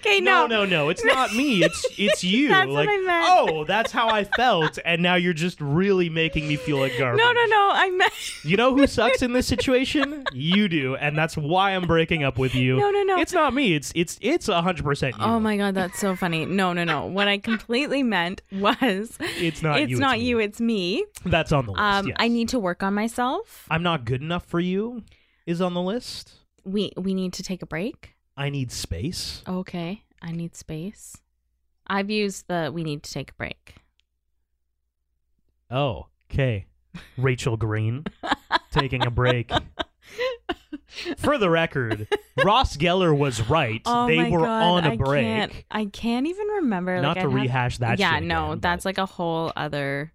Speaker 1: Okay,
Speaker 2: No,
Speaker 1: no,
Speaker 2: no, no. It's not me. It's it's you.
Speaker 1: That's what
Speaker 2: like,
Speaker 1: I meant.
Speaker 2: oh, that's how I felt, and now you're just really making me feel like garbage.
Speaker 1: no, no, no. I meant
Speaker 2: You know who sucks in this situation? You do, and that's why I'm breaking up with you.
Speaker 1: No, no, no.
Speaker 2: It's not me. It's it's it's hundred percent you.
Speaker 1: Oh my god, that's so funny. No, no, no. What I completely meant was
Speaker 2: It's not
Speaker 1: it's
Speaker 2: you.
Speaker 1: not
Speaker 2: me.
Speaker 1: you, it's me.
Speaker 2: That's on the list.
Speaker 1: Um
Speaker 2: yes.
Speaker 1: I need to work on myself.
Speaker 2: I'm not good enough for you. Is on the list.
Speaker 1: We we need to take a break.
Speaker 2: I need space.
Speaker 1: Okay. I need space. I've used the we need to take a break.
Speaker 2: Oh, okay. Rachel Green taking a break. For the record, Ross Geller was right.
Speaker 1: Oh
Speaker 2: they
Speaker 1: my
Speaker 2: were
Speaker 1: God,
Speaker 2: on a
Speaker 1: I
Speaker 2: break.
Speaker 1: Can't, I can't even remember. like,
Speaker 2: Not to
Speaker 1: I'd have-
Speaker 2: rehash that.
Speaker 1: Yeah,
Speaker 2: shit
Speaker 1: no,
Speaker 2: again, but
Speaker 1: that's like a whole other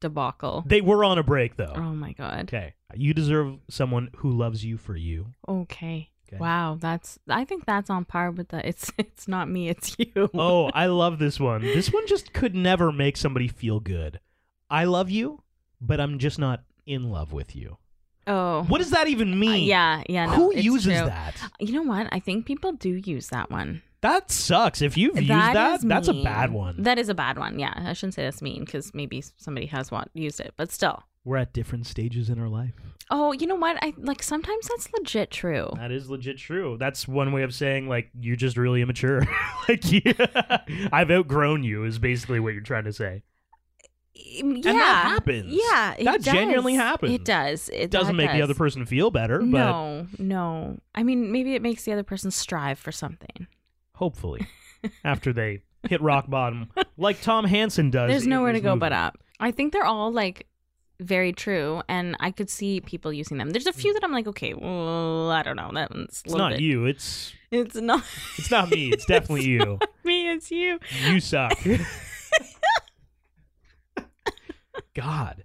Speaker 1: debacle.
Speaker 2: they were on a break though.
Speaker 1: oh my god.
Speaker 2: Okay, you deserve someone who loves you for you.
Speaker 1: Okay.
Speaker 2: Okay.
Speaker 1: Wow, that's I think that's on par with the it's it's not me, it's you.
Speaker 2: oh, I love this one. This one just could never make somebody feel good. I love you, but I'm just not in love with you.
Speaker 1: Oh.
Speaker 2: What does that even mean?
Speaker 1: Uh, yeah, yeah. No,
Speaker 2: Who
Speaker 1: it's
Speaker 2: uses
Speaker 1: true.
Speaker 2: that?
Speaker 1: You know what? I think people do use that one.
Speaker 2: That sucks. If you've used that,
Speaker 1: is
Speaker 2: that's a
Speaker 1: mean.
Speaker 2: bad one.
Speaker 1: That is a bad one. Yeah, I shouldn't say that's mean because maybe somebody has wa- used it, but still.
Speaker 2: We're at different stages in our life.
Speaker 1: Oh, you know what? I like sometimes that's legit true.
Speaker 2: That is legit true. That's one way of saying like you're just really immature. like yeah, I've outgrown you is basically what you're trying to say.
Speaker 1: Yeah,
Speaker 2: that happens.
Speaker 1: Yeah, it
Speaker 2: That
Speaker 1: does.
Speaker 2: genuinely happens.
Speaker 1: It does. It
Speaker 2: It
Speaker 1: that
Speaker 2: doesn't make the
Speaker 1: does.
Speaker 2: other person feel better, but
Speaker 1: No, no. I mean, maybe it makes the other person strive for something.
Speaker 2: hopefully after they hit rock bottom like Tom Hansen does.
Speaker 1: There's
Speaker 2: in
Speaker 1: nowhere to
Speaker 2: his
Speaker 1: go
Speaker 2: movie.
Speaker 1: but up. I think they're all like very true, and I could see people using them. There's a few that I'm like, okay, well, I don't know. That one's a
Speaker 2: It's
Speaker 1: little
Speaker 2: not
Speaker 1: bit-
Speaker 2: you. It's
Speaker 1: It's not
Speaker 2: it's not me. It's definitely you.
Speaker 1: me. It's you.
Speaker 2: You suck. God.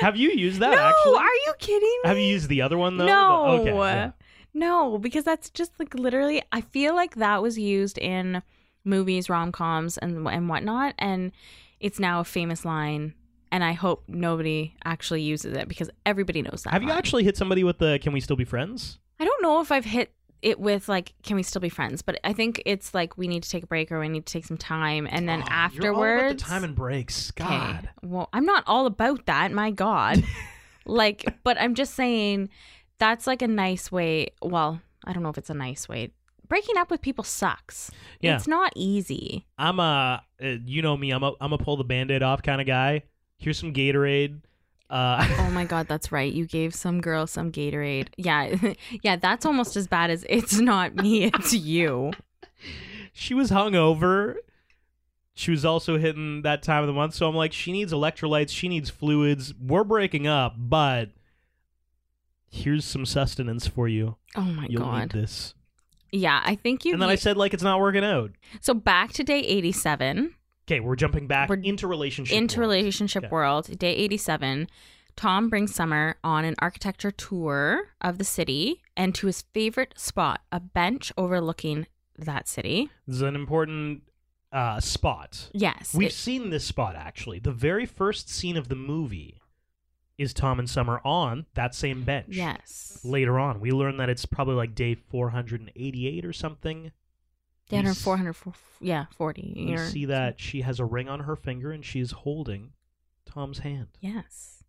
Speaker 2: Have you used that
Speaker 1: no,
Speaker 2: actually?
Speaker 1: are you kidding me?
Speaker 2: Have you used the other one though?
Speaker 1: no.
Speaker 2: Okay. yeah.
Speaker 1: No, because that's just like literally. I feel like that was used in movies, rom coms, and and whatnot, and it's now a famous line. And I hope nobody actually uses it because everybody knows that.
Speaker 2: Have you
Speaker 1: line.
Speaker 2: actually hit somebody with the can we still be friends?
Speaker 1: I don't know if I've hit it with like, can we still be friends? But I think it's like we need to take a break or we need to take some time, and then
Speaker 2: Oh, you're all about
Speaker 1: afterwards,
Speaker 2: the time and breaks. God.
Speaker 1: Okay. Well, I'm not all about that, my God. like, but I'm just saying that's like a nice way. Well, I don't know if it's a nice way. Breaking up with people sucks.
Speaker 2: Yeah.
Speaker 1: It's not easy.
Speaker 2: I'm a uh, you know me. I'm a I'm a pull the band-aid off kind of guy. Here's some Gatorade. Uh,
Speaker 1: Oh my God, that's right. You gave some girl some Gatorade. Yeah. yeah, that's almost as bad as it's not me, it's you.
Speaker 2: she was hungover. She was also hitting that time of the month, so I'm like, she needs electrolytes. She needs fluids. We're breaking up, but here's some sustenance for you.
Speaker 1: Oh my
Speaker 2: You'll
Speaker 1: God.
Speaker 2: need this.
Speaker 1: yeah, I think you.
Speaker 2: And then I said, like, it's not working out.
Speaker 1: so back to day 87.
Speaker 2: Okay, we're jumping back
Speaker 1: We're
Speaker 2: into relationship.
Speaker 1: into
Speaker 2: world.
Speaker 1: relationship
Speaker 2: Okay.
Speaker 1: world day 87 tom brings summer on an architecture tour of the city and to his favorite spot a bench overlooking that city
Speaker 2: This is an important uh, spot.
Speaker 1: yes
Speaker 2: We've
Speaker 1: it-
Speaker 2: seen this spot actually. The very first scene of the movie is Tom and Summer on that same bench.
Speaker 1: yes
Speaker 2: Later on, we learn that it's probably like day 488 or something.
Speaker 1: yeah,
Speaker 2: we
Speaker 1: or
Speaker 2: s-
Speaker 1: 400 four- yeah 40
Speaker 2: We
Speaker 1: or-
Speaker 2: see that she has a ring on her finger and she's holding Tom's hand.
Speaker 1: yes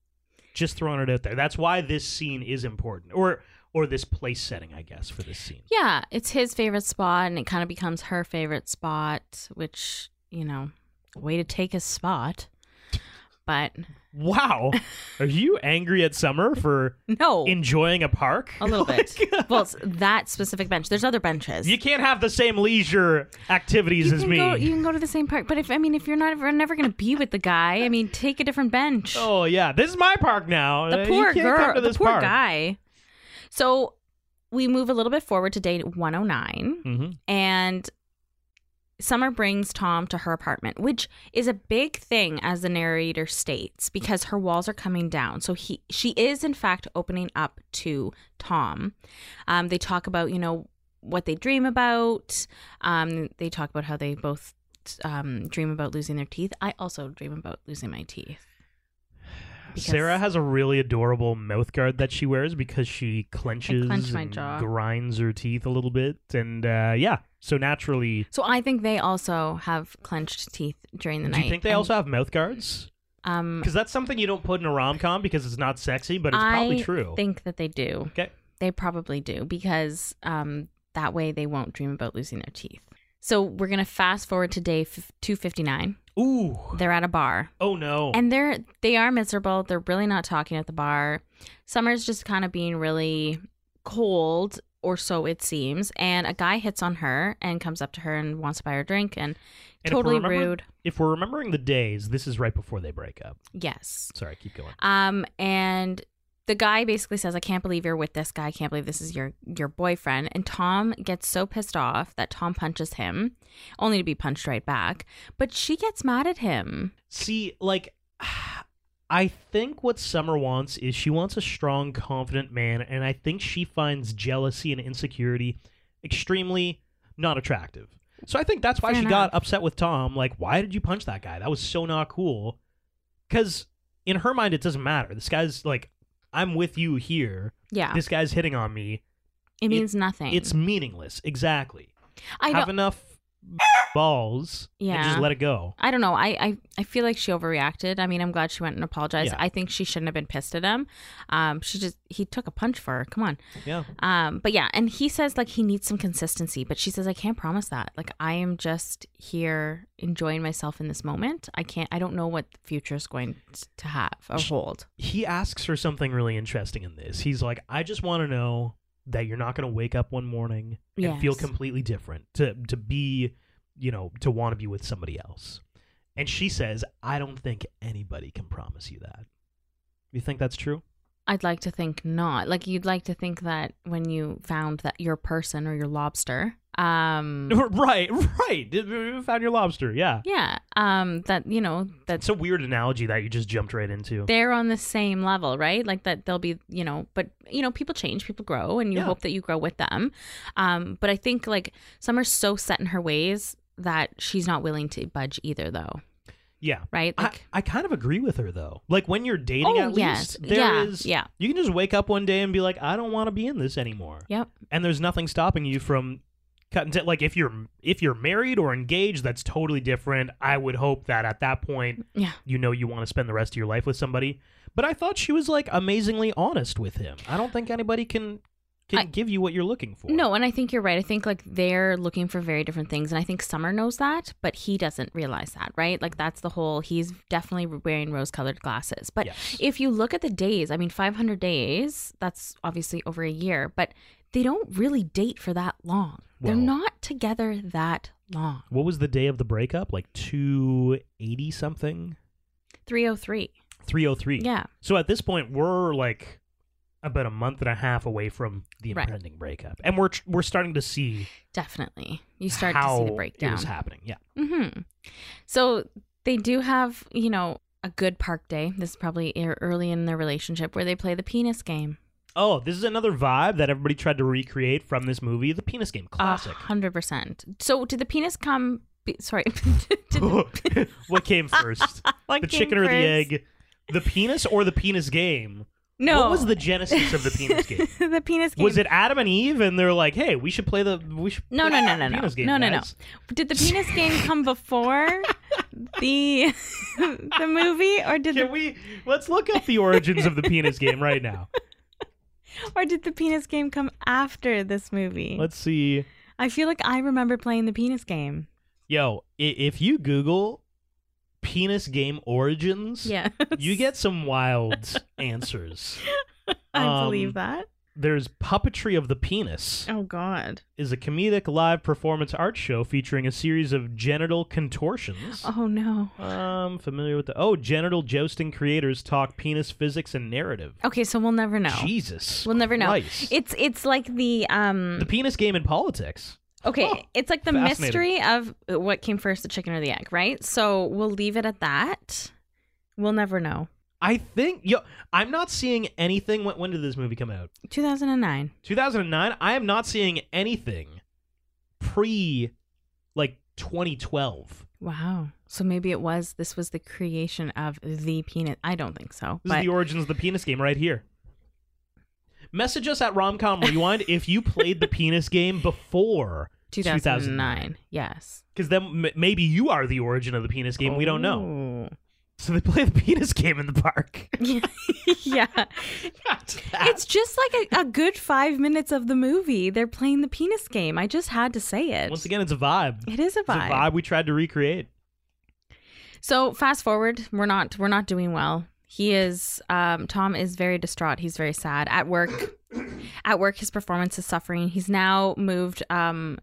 Speaker 2: Just throwing it out there. That's why this scene is important, or or this place setting, I guess, for this scene.
Speaker 1: yeah it's his favorite spot and it kind of becomes her favorite spot which you know way to take his spot but
Speaker 2: Wow, are you angry at Summer for
Speaker 1: no
Speaker 2: enjoying a park?
Speaker 1: Oh. a little bit
Speaker 2: Like-
Speaker 1: well it's that specific bench there's other benches
Speaker 2: You can't have the same leisure activities
Speaker 1: you
Speaker 2: as
Speaker 1: can
Speaker 2: me.
Speaker 1: Go, you can go to the same park, but if I mean, if you're not ever, never going to be with the guy, I mean, take a different bench.
Speaker 2: Oh yeah, this is my park now.
Speaker 1: the
Speaker 2: You
Speaker 1: poor
Speaker 2: can't
Speaker 1: girl,
Speaker 2: come to
Speaker 1: the
Speaker 2: this
Speaker 1: poor
Speaker 2: park.
Speaker 1: guy. So we move a little bit forward to oh day 109,
Speaker 2: Mhm.
Speaker 1: and Summer brings Tom to her apartment, which is a big thing, as the narrator states, because her walls are coming down. So he, she is in fact opening up to Tom. Um, they talk about you know what they dream about. Um, they talk about how they both um, dream about losing their teeth. I also dream about losing my teeth. Because
Speaker 2: Sarah has a really adorable mouth guard that she wears because she clenches
Speaker 1: clench my
Speaker 2: and
Speaker 1: jaw.
Speaker 2: grinds her teeth a little bit, and uh, yeah, so naturally.
Speaker 1: So I think they also have clenched teeth during the
Speaker 2: Do
Speaker 1: night.
Speaker 2: you think they
Speaker 1: and,
Speaker 2: also have mouth guards?
Speaker 1: Um,
Speaker 2: Because that's something you don't put in a rom com because it's not sexy, but it's probably
Speaker 1: I
Speaker 2: true.
Speaker 1: think that they do.
Speaker 2: okay.
Speaker 1: They probably do because um, that way they won't dream about losing their teeth. So we're gonna fast forward to day f- two fifty nine.
Speaker 2: Ooh.
Speaker 1: They're at a bar
Speaker 2: Oh no.
Speaker 1: and they're they are miserable. They're really not talking at the bar. Summer's just kind of being really cold, or so it seems. And a guy hits on her and comes up to her and wants to buy her a drink and,
Speaker 2: And if we're
Speaker 1: totally
Speaker 2: remembering-
Speaker 1: rude.
Speaker 2: If we're remembering the days, this is right before they break up.
Speaker 1: Yes.
Speaker 2: Sorry, keep going.
Speaker 1: Um, and the guy basically says, "I can't believe you're with this guy. I can't believe this is your your boyfriend." And Tom gets so pissed off that Tom punches him, only to be punched right back. But she gets mad at him.
Speaker 2: See, like, I think what Summer wants is she wants a strong, confident man, and I think she finds jealousy and insecurity extremely not attractive. So I think that's why
Speaker 1: Fair
Speaker 2: she
Speaker 1: enough.
Speaker 2: got upset with Tom. Like, why did you punch that guy? That was so not cool. Because in her mind, it doesn't matter. This guy's like, I'm with you here.
Speaker 1: Yeah,
Speaker 2: This guy's hitting on me.
Speaker 1: it means nothing.
Speaker 2: It's meaningless. Exactly.
Speaker 1: I
Speaker 2: Have
Speaker 1: don't.
Speaker 2: enough balls and just
Speaker 1: Yeah.
Speaker 2: let it go.
Speaker 1: I don't know. I, I I feel like she overreacted. I mean, I'm glad she went and apologized.
Speaker 2: Yeah.
Speaker 1: I think she shouldn't have been pissed at him. Um, she just he took a punch for her. Come on.
Speaker 2: Yeah.
Speaker 1: Um, but yeah, and he says like he needs some consistency, but she says I can't promise that. Like I am just here enjoying myself in this moment. I can't. I don't know what the future is going t- to have or hold.
Speaker 2: he asks her something really interesting in this. He's like, I just want to know that you're not going to wake up one morning and feel
Speaker 1: Yes.
Speaker 2: completely different to to be, you know, to want to be with somebody else. And she says, I don't think anybody can promise you that. You think that's true?
Speaker 1: I'd like to think not. Like you'd like to think that when you found that your person or your lobster, um,
Speaker 2: right, right. Found your lobster. Yeah.
Speaker 1: yeah, um, that you know that
Speaker 2: It's a weird analogy that you just jumped right into.
Speaker 1: they're on the same level, right? Like that they'll be, you know, but you know, people change, people grow, and you
Speaker 2: Yeah.
Speaker 1: hope that you grow with them. Um, but I think like Summer's so set in her ways that she's not willing to budge either, though,
Speaker 2: yeah.
Speaker 1: right?
Speaker 2: I,
Speaker 1: Like,
Speaker 2: I kind of agree with her though. Like when you're dating
Speaker 1: Oh,
Speaker 2: at
Speaker 1: yes.
Speaker 2: least, there
Speaker 1: Yeah,
Speaker 2: is-
Speaker 1: yeah.
Speaker 2: you can just wake up one day and be like, I don't want to be in this anymore.
Speaker 1: yep,
Speaker 2: and there's nothing stopping you from cutting to like if you're if you're married or engaged that's totally different i would hope that at that point
Speaker 1: yeah.
Speaker 2: you know you want to spend the rest of your life with somebody but i thought she was like amazingly honest with him i don't think anybody can can
Speaker 1: I-
Speaker 2: give you what you're looking for
Speaker 1: No, and I think you're right. I think like they're looking for very different things, and I think Summer knows that, but he doesn't realize that, right? Like that's the whole. He's definitely wearing rose-colored glasses. But
Speaker 2: Yes.
Speaker 1: if you look at the days, I mean, 500 days. That's obviously over a year, but they don't really date for that long. they're
Speaker 2: Well-
Speaker 1: not together that long.
Speaker 2: what was the day of the breakup like 280 something
Speaker 1: 303.
Speaker 2: 303
Speaker 1: Yeah.
Speaker 2: so at this point we're like about a month and a half away from the
Speaker 1: Right.
Speaker 2: impending breakup and we're tr- we're starting to see
Speaker 1: Definitely. You start
Speaker 2: how
Speaker 1: to see the breakdown.
Speaker 2: it was happening yeah
Speaker 1: hmm So they do have, you know, a good park day. This is probably e- early in their relationship where they play the penis game.
Speaker 2: Oh, this is another vibe that everybody tried to recreate from this movie, the penis game
Speaker 1: A
Speaker 2: classic.
Speaker 1: hundred percent. So did the penis come? Be, sorry, did the,
Speaker 2: what came first?
Speaker 1: What
Speaker 2: the
Speaker 1: came
Speaker 2: chicken or the
Speaker 1: first?
Speaker 2: egg? The penis or the penis game?
Speaker 1: No.
Speaker 2: What was the genesis of the penis game?
Speaker 1: the penis game?
Speaker 2: Was it Adam and Eve and they're like, "Hey, we should play the we should
Speaker 1: No,
Speaker 2: play
Speaker 1: no, no,
Speaker 2: the
Speaker 1: no, no,
Speaker 2: penis game,
Speaker 1: no, no, no.
Speaker 2: guys."
Speaker 1: Did the penis game come before the the movie, or did the,
Speaker 2: Can we let's look up the origins of the penis game right now.
Speaker 1: or did the penis game come after this movie?
Speaker 2: Let's see.
Speaker 1: I feel like I remember playing the penis game.
Speaker 2: Yo, i- if you Google penis game origins,
Speaker 1: Yeah,
Speaker 2: you get some wild answers.
Speaker 1: I
Speaker 2: um,
Speaker 1: believe that.
Speaker 2: There's puppetry of the penis.
Speaker 1: Oh God.
Speaker 2: is a comedic live performance art show featuring a series of genital contortions.
Speaker 1: Oh no.
Speaker 2: Um, familiar with the oh, genital jousting creators talk penis physics and narrative.
Speaker 1: Okay, so we'll never know.
Speaker 2: Jesus,
Speaker 1: Oh, We'll never know.
Speaker 2: Christ.
Speaker 1: It's it's like the um
Speaker 2: the penis game in politics.
Speaker 1: Okay,
Speaker 2: Huh.
Speaker 1: it's like the
Speaker 2: Fascinating.
Speaker 1: mystery of what came first, the chicken or the egg, right? So we'll leave it at that. We'll never know.
Speaker 2: I think yo, I'm not seeing anything. When, when did this movie come out?
Speaker 1: 2009.
Speaker 2: 2009. I am not seeing anything pre, like 2012.
Speaker 1: Wow. So maybe it was this was the creation of the penis. I don't think so.
Speaker 2: This
Speaker 1: but
Speaker 2: is the origins of the penis game right here. Message us at Romcom Rewind if you played the penis game before
Speaker 1: 2009.
Speaker 2: 2009.
Speaker 1: Yes.
Speaker 2: Because then m- maybe you are the origin of the penis game. We don't
Speaker 1: Oh.
Speaker 2: know. So they play the penis game in the park.
Speaker 1: Ooh. yeah. It's just like a, a good five minutes of the movie. They're playing the penis game. I just had to say it.
Speaker 2: Once again, it's a vibe.
Speaker 1: it is a
Speaker 2: It's a
Speaker 1: vibe.
Speaker 2: vibe we tried to recreate.
Speaker 1: So fast forward, we're not we're not doing well. He is um, Tom is very distraught. He's very sad at work. at work, his performance is suffering. He's now moved um,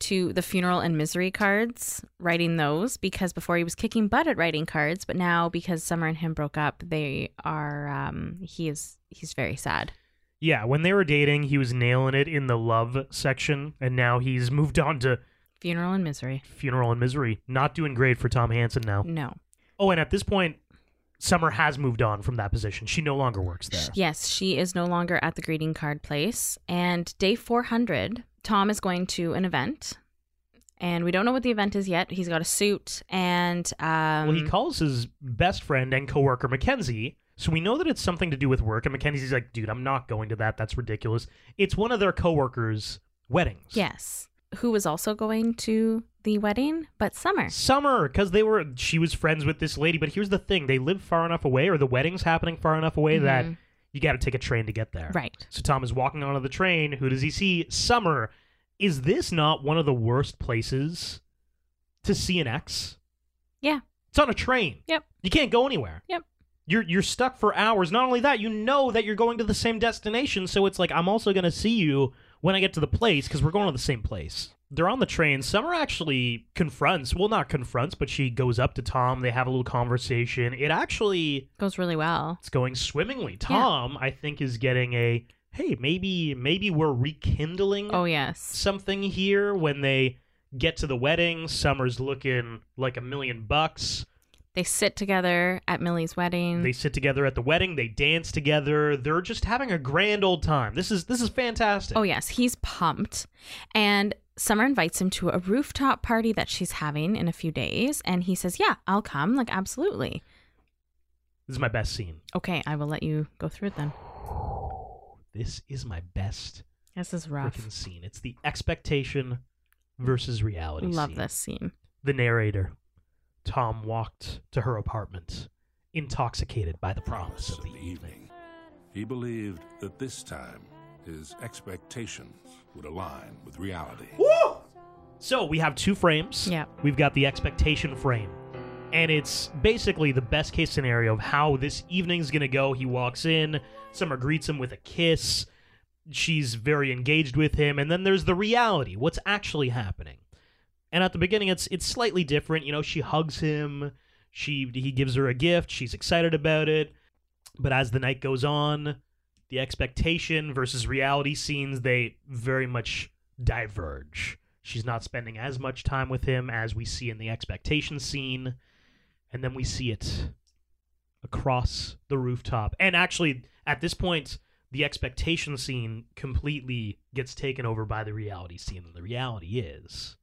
Speaker 1: to the funeral and misery cards, writing those because before he was kicking butt at writing cards, but now because Summer and him broke up, they are um, he is he's very sad.
Speaker 2: Yeah, when they were dating, he was nailing it in the love section, and now he's moved on to
Speaker 1: Funeral and misery.
Speaker 2: funeral and misery. Not doing great for Tom Hansen now.
Speaker 1: No.
Speaker 2: Oh, and at this point, Summer has moved on from that position. She no longer works there.
Speaker 1: Yes, she is no longer at the greeting card place. And day 400, Tom is going to an event. And we don't know what the event is yet. He's got a suit and. Um,
Speaker 2: Well, he calls his best friend and coworker Mackenzie, so we know that it's something to do with work. And Mackenzie's like, "Dude, I'm not going to that. That's ridiculous. It's one of their coworkers' weddings."
Speaker 1: yes. Who was also going to the wedding, but Summer.
Speaker 2: Summer, because they were she was friends with this lady. But here's the thing: they live far enough away, or the wedding's happening far enough away that you got to take a train to get there.
Speaker 1: Mm-hmm. Right.
Speaker 2: So Tom is walking onto the train. Who does he see? Summer. Is this not one of the worst places to see an ex?
Speaker 1: Yeah.
Speaker 2: It's on a train.
Speaker 1: Yep.
Speaker 2: You can't go anywhere.
Speaker 1: Yep.
Speaker 2: You're you're stuck for hours. Not only that, you know that you're going to the same destination, so it's like I'm also going to see you when I get to the place because we're going to the same place. They're on the train. Summer actually confronts, well, not confronts, but she goes up to Tom. They have a little conversation. It actually
Speaker 1: Goes really well.
Speaker 2: it's going swimmingly. Tom, I think, is getting a hey, maybe maybe we're rekindling
Speaker 1: Oh, yes.
Speaker 2: something here when they get to the wedding. Summer's looking like a million bucks.
Speaker 1: They sit together at Millie's wedding.
Speaker 2: They sit together at the wedding. They dance together. They're just having a grand old time. This is this is fantastic.
Speaker 1: Oh, yes. He's pumped. And Summer invites him to a rooftop party that she's having in a few days. And he says, Yeah, I'll come. Like, absolutely.
Speaker 2: This is my best scene.
Speaker 1: Okay, I will let you go through it then.
Speaker 2: This is my best
Speaker 1: This is
Speaker 2: freaking scene. It's the expectation versus reality.
Speaker 1: Love
Speaker 2: scene.
Speaker 1: this scene.
Speaker 2: The narrator, Tom, walked to her apartment, intoxicated by the promise of the evening.
Speaker 3: He believed that this time his expectations would align with reality.
Speaker 2: So we have two frames.
Speaker 1: Yeah.
Speaker 2: We've got the expectation frame. And it's basically the best case scenario of how this evening's going to go. He walks in, Summer greets him with a kiss. She's very engaged with him. And then there's the reality, what's actually happening. And at the beginning it's it's slightly different. You know, she hugs him. She he gives her a gift. She's excited about it. But as the night goes on, the expectation versus reality scenes they very much diverge she's not spending as much time with him as we see in the expectation scene and then we see it across the rooftop and actually at this point the expectation scene completely gets taken over by the reality scene and the reality is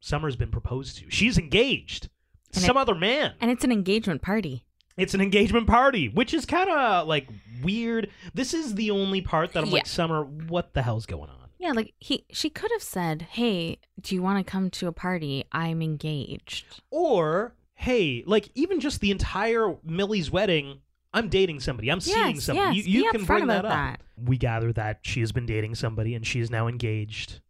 Speaker 2: summer's been proposed to she's engaged
Speaker 1: And
Speaker 2: some
Speaker 1: it-
Speaker 2: other man
Speaker 1: And it's an engagement party.
Speaker 2: it's an engagement party, which is kind of like weird. This is the only part that I'm
Speaker 1: Yeah.
Speaker 2: like, Summer, what the hell's going on?
Speaker 1: Yeah, like he she could have said, "Hey, do you want to come to a party? I'm engaged."
Speaker 2: Or, hey, like even just the entire Millie's wedding, I'm dating somebody. I'm seeing
Speaker 1: Yes,
Speaker 2: somebody.
Speaker 1: yes,
Speaker 2: you you
Speaker 1: be
Speaker 2: can
Speaker 1: upfront
Speaker 2: bring
Speaker 1: about
Speaker 2: that up. We gather that she has been dating somebody and she is now engaged.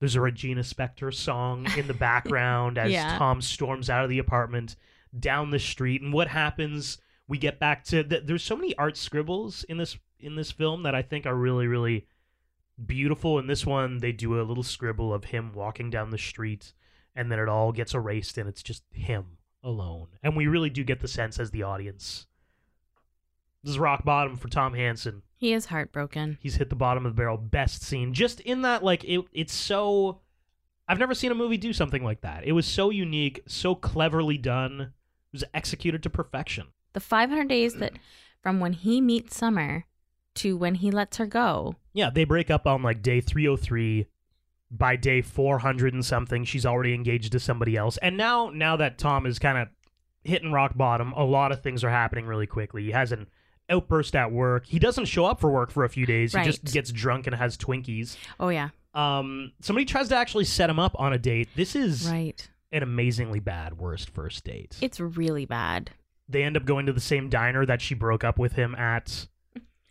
Speaker 2: There's a Regina Spektor song in the background as
Speaker 1: Yeah.
Speaker 2: Tom storms out of the apartment down the street. And what happens? We get back to th- there's so many art scribbles in this in this film that I think are really really beautiful. In this one, they do a little scribble of him walking down the street, and then it all gets erased, and it's just him alone. And we really do get the sense as the audience. This is rock bottom for Tom Hansen.
Speaker 1: He is heartbroken.
Speaker 2: He's hit the bottom of the barrel. Best scene, just in that like it. It's so. I've never seen a movie do something like that. It was so unique, so cleverly done. It was executed to perfection.
Speaker 1: The 500 days that from when he meets Summer to when he lets her go.
Speaker 2: Yeah, they break up on like day 303. by day 400 and something she's already engaged to somebody else and now now that tom is kind of hitting rock bottom a lot of things are happening really quickly he has an outburst at work he doesn't show up for work for a few days he just
Speaker 1: Right.
Speaker 2: gets drunk and has twinkies
Speaker 1: Oh yeah,
Speaker 2: um somebody tries to actually set him up on a date this is
Speaker 1: right.
Speaker 2: an amazingly bad worst first date
Speaker 1: It's really bad.
Speaker 2: they end up going to the same diner that she broke up with him at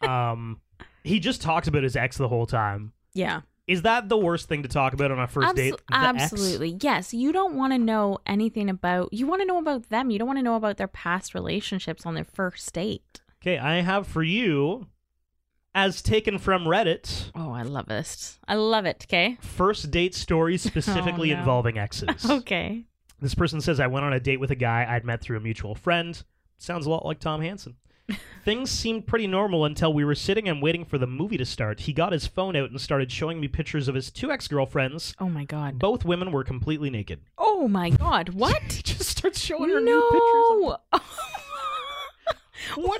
Speaker 2: um he just talks about his ex the whole time
Speaker 1: Yeah.
Speaker 2: is that the worst thing to talk about on a first
Speaker 1: Abso-
Speaker 2: date The ex?
Speaker 1: absolutely. Yes, you don't want to know anything about you want to know about them. You don't want to know about their past relationships on their first date.
Speaker 2: Okay, I have for you, as taken from Reddit,
Speaker 1: Oh, I love this. I love it, okay?
Speaker 2: first date stories specifically
Speaker 1: Oh, no.
Speaker 2: involving exes.
Speaker 1: Okay.
Speaker 2: This person says, I went on a date with a guy I'd met through a mutual friend. Sounds a lot like Tom Hansen. Things seemed pretty normal until we were sitting and waiting for the movie to start. He got his phone out and started showing me pictures of his two ex girlfriends.
Speaker 1: Oh my god.
Speaker 2: Both women were completely naked.
Speaker 1: Oh my god. What?
Speaker 2: He just starts showing her new pictures.
Speaker 1: no. what?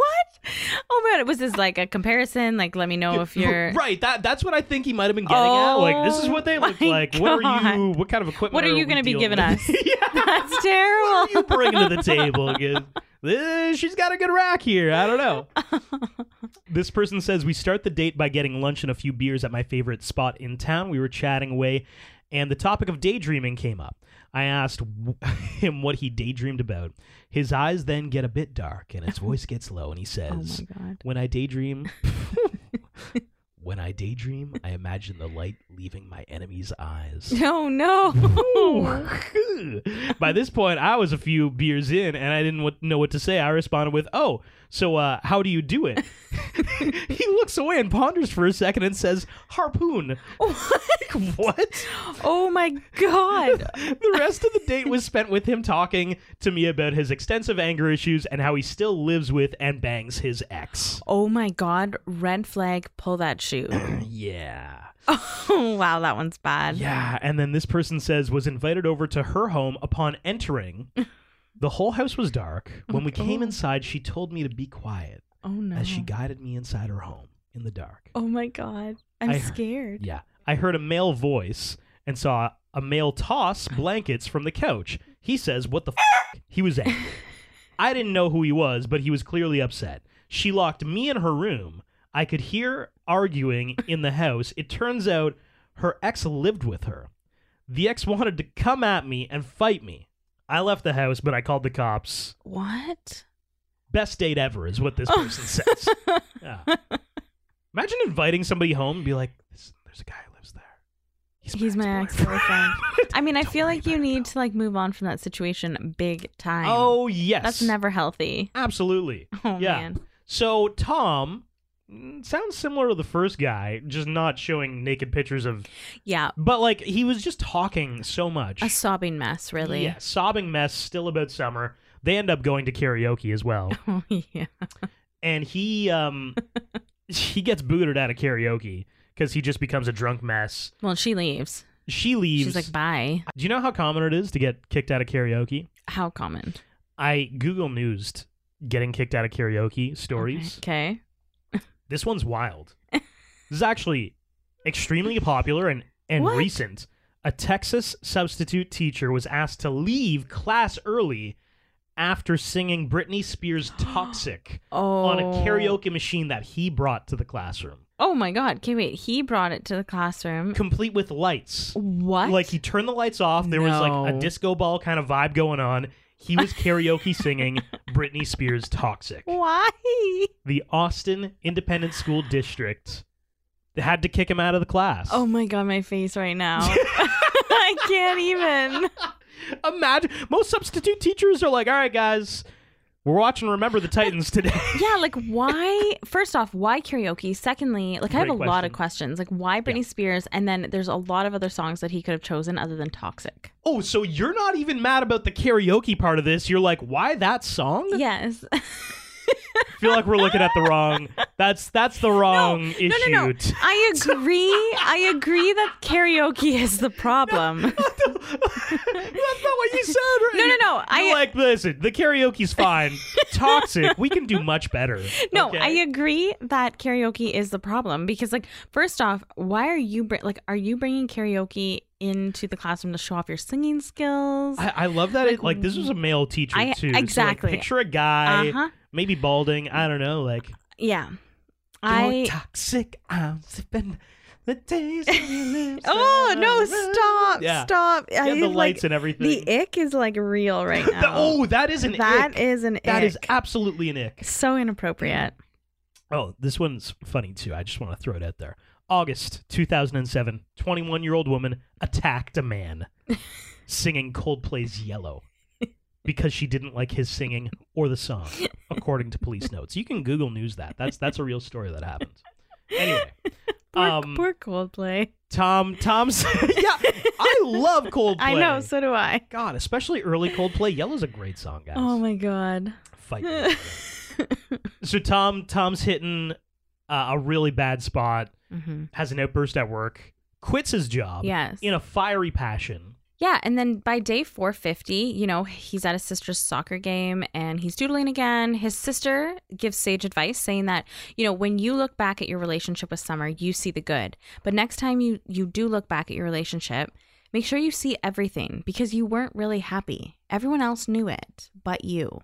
Speaker 1: Oh man, was this like a comparison? Like let me know Oh, if you're
Speaker 2: right. That that's what I think he might have been getting at. Like this is what they
Speaker 1: Oh
Speaker 2: look
Speaker 1: my
Speaker 2: like. What are
Speaker 1: God.
Speaker 2: you? What kind of equipment?
Speaker 1: What are you
Speaker 2: we
Speaker 1: gonna be
Speaker 2: dealing
Speaker 1: giving
Speaker 2: with? yeah.
Speaker 1: That's
Speaker 2: What are you
Speaker 1: terrible.
Speaker 2: bringing to the table? 'Cause, uh, she's got a good rack here. I don't know. This person says we start the date by getting lunch and a few beers at my favorite spot in town. We were chatting away, and the topic of daydreaming came up. I asked w- him what he daydreamed about. His eyes then get a bit dark, and his voice gets low, and he
Speaker 1: oh
Speaker 2: says,
Speaker 1: my god.
Speaker 2: when I daydream, when I daydream, I imagine the light leaving my enemy's eyes.
Speaker 1: No, no.
Speaker 2: By this point, I was a few beers in, and I didn't wa- know what to say. I responded with, "Oh, so uh, how do you do it?" he looks away and ponders for a second and says, "Harpoon." Like, what?
Speaker 1: oh my god.
Speaker 2: the rest of the date was spent with him talking to me about his extensive anger issues and how he still lives with and bangs his ex.
Speaker 1: Oh my god, red flag, pull that shoe.
Speaker 2: Yeah.
Speaker 1: oh wow, that one's bad.
Speaker 2: Yeah, and then this person says was invited over to her home upon entering. The whole house was dark. When we came inside, she told me to be quiet
Speaker 1: Oh no.
Speaker 2: as she guided me inside her home in the dark.
Speaker 1: oh my god. I'm
Speaker 2: I heard-
Speaker 1: scared.
Speaker 2: Yeah. I heard a male voice and saw a male toss blankets from the couch. He says, "What the f-? He was angry. I didn't know who he was, but he was clearly upset. She locked me in her room. I could hear arguing in the house. It turns out her ex lived with her. The ex wanted to come at me and fight me. I left the house, but I called the cops.
Speaker 1: What?
Speaker 2: Best date ever is what this person says. Yeah. Imagine inviting somebody home and be like, "This- there's a guy who lives there.
Speaker 1: He's my ex
Speaker 2: ex-boyfriend."
Speaker 1: boyfriend. I mean, I
Speaker 2: Don't
Speaker 1: feel
Speaker 2: worry
Speaker 1: like you
Speaker 2: about it,
Speaker 1: need
Speaker 2: though.
Speaker 1: to like move on from that situation big time.
Speaker 2: Oh, yes.
Speaker 1: that's never healthy.
Speaker 2: Absolutely.
Speaker 1: Oh
Speaker 2: yeah.
Speaker 1: man.
Speaker 2: So, Tom mm, sounds similar to the first guy, just not showing naked pictures of.
Speaker 1: Yeah.
Speaker 2: But, like, he was just talking so much.
Speaker 1: A sobbing mess, really.
Speaker 2: Yeah, sobbing mess, still about summer. They end up going to karaoke as well.
Speaker 1: Oh yeah.
Speaker 2: and he um he gets booted out of karaoke because he just becomes a drunk mess.
Speaker 1: Well, she leaves.
Speaker 2: She leaves.
Speaker 1: She's like, bye.
Speaker 2: Do you know how common it is to get kicked out of karaoke?
Speaker 1: How common?
Speaker 2: I Google Newsed getting kicked out of karaoke stories.
Speaker 1: Okay.
Speaker 2: This one's wild. this is actually extremely popular and, and
Speaker 1: What?
Speaker 2: recent. A Texas substitute teacher was asked to leave class early after singing Britney Spears' Toxic
Speaker 1: Oh.
Speaker 2: on a karaoke machine that he brought to the classroom,
Speaker 1: Oh my god. Okay, wait. He brought it to the classroom.
Speaker 2: complete with lights.
Speaker 1: What?
Speaker 2: Like he turned the lights off. There was like a
Speaker 1: No.
Speaker 2: disco ball kind of vibe going on. He was karaoke singing Britney Spears' Toxic.
Speaker 1: Why?
Speaker 2: The Austin Independent School District had to kick him out of the class.
Speaker 1: Oh my god, my face right now. I can't even.
Speaker 2: Imagine most substitute teachers are like, all right, guys, we're watching Remember the Titans today.
Speaker 1: Yeah, like why? First off, why karaoke? Secondly, like I have a
Speaker 2: Great
Speaker 1: lot of questions. Like why Britney
Speaker 2: Yeah.
Speaker 1: Spears? And then there's a lot of other songs that he could have chosen other than Toxic.
Speaker 2: oh, so you're not even mad about the karaoke part of this. You're like, why that song?
Speaker 1: Yes.
Speaker 2: feel like we're looking at the wrong. That's that's the wrong issue.
Speaker 1: No, no, no. I agree. I agree that karaoke is the problem.
Speaker 2: That's not what you said. Right?
Speaker 1: No, no, no.
Speaker 2: You're
Speaker 1: I-
Speaker 2: like listen. The karaoke's fine. Toxic. We can do much better.
Speaker 1: No,
Speaker 2: okay?
Speaker 1: I uh, agree that karaoke is the problem because, like, first off, why are you br- like, are you bringing karaoke into the classroom to show off your singing skills?
Speaker 2: I, I love that. it, like this was a male teacher
Speaker 1: Mm. I-
Speaker 2: too. So, like,
Speaker 1: exactly.
Speaker 2: picture a guy,
Speaker 1: Uh-huh.
Speaker 2: maybe balding. I don't know. Like
Speaker 1: yeah,
Speaker 2: you're
Speaker 1: I.
Speaker 2: toxic. I'm sipping the taste. of your lips
Speaker 1: Oh
Speaker 2: and
Speaker 1: no!
Speaker 2: I'm-
Speaker 1: Stop!
Speaker 2: Yeah.
Speaker 1: Stop!
Speaker 2: Yeah,
Speaker 1: I,
Speaker 2: the
Speaker 1: like,
Speaker 2: lights and everything.
Speaker 1: The ick is like real right now.
Speaker 2: The- oh, that is an
Speaker 1: That
Speaker 2: ick.
Speaker 1: is an
Speaker 2: That
Speaker 1: ick.
Speaker 2: is absolutely an ick.
Speaker 1: so inappropriate.
Speaker 2: Oh, this one's funny too. I just want to throw it out there. August 2007, 21 year old woman attacked a man singing Coldplay's Yellow because she didn't like his singing or the song, according to police notes. You can Google News that. That's that's a real story that happened. Anyway,
Speaker 1: Poor,
Speaker 2: Um,
Speaker 1: poor Coldplay.
Speaker 2: Tom Tom's yeah, I love Coldplay.
Speaker 1: I know. So do I.
Speaker 2: God, especially early Coldplay. Yellow's a great song, guys.
Speaker 1: Oh my god.
Speaker 2: Fight. me. so Tom Tom's hitting uh, a really bad spot.
Speaker 1: hmm
Speaker 2: has an outburst at work, quits his job
Speaker 1: Yes.
Speaker 2: in a fiery passion.
Speaker 1: Yeah, and then by day 450, you know, he's at his sister's soccer game and he's doodling again. His sister gives sage advice saying that, you know, when you look back at your relationship with Summer, you see the good. But next time you you do look back at your relationship, make sure you see everything because you weren't really happy. Everyone else knew it, but you.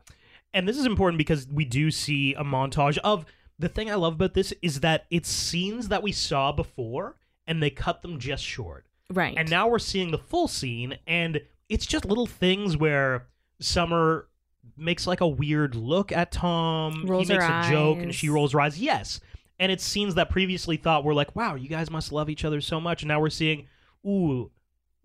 Speaker 2: And this is important because we do see a montage of the thing I love about this is that it's scenes that we saw before and they cut them just short.
Speaker 1: Right.
Speaker 2: And now we're seeing the full scene and it's just little things where Summer makes like a weird look at Tom,
Speaker 1: Rolls
Speaker 2: he
Speaker 1: her
Speaker 2: makes a joke and
Speaker 1: eyes.
Speaker 2: she rolls her eyes. Yes. And it's scenes that previously thought were like, wow, you guys must love each other so much. And now we're seeing, ooh,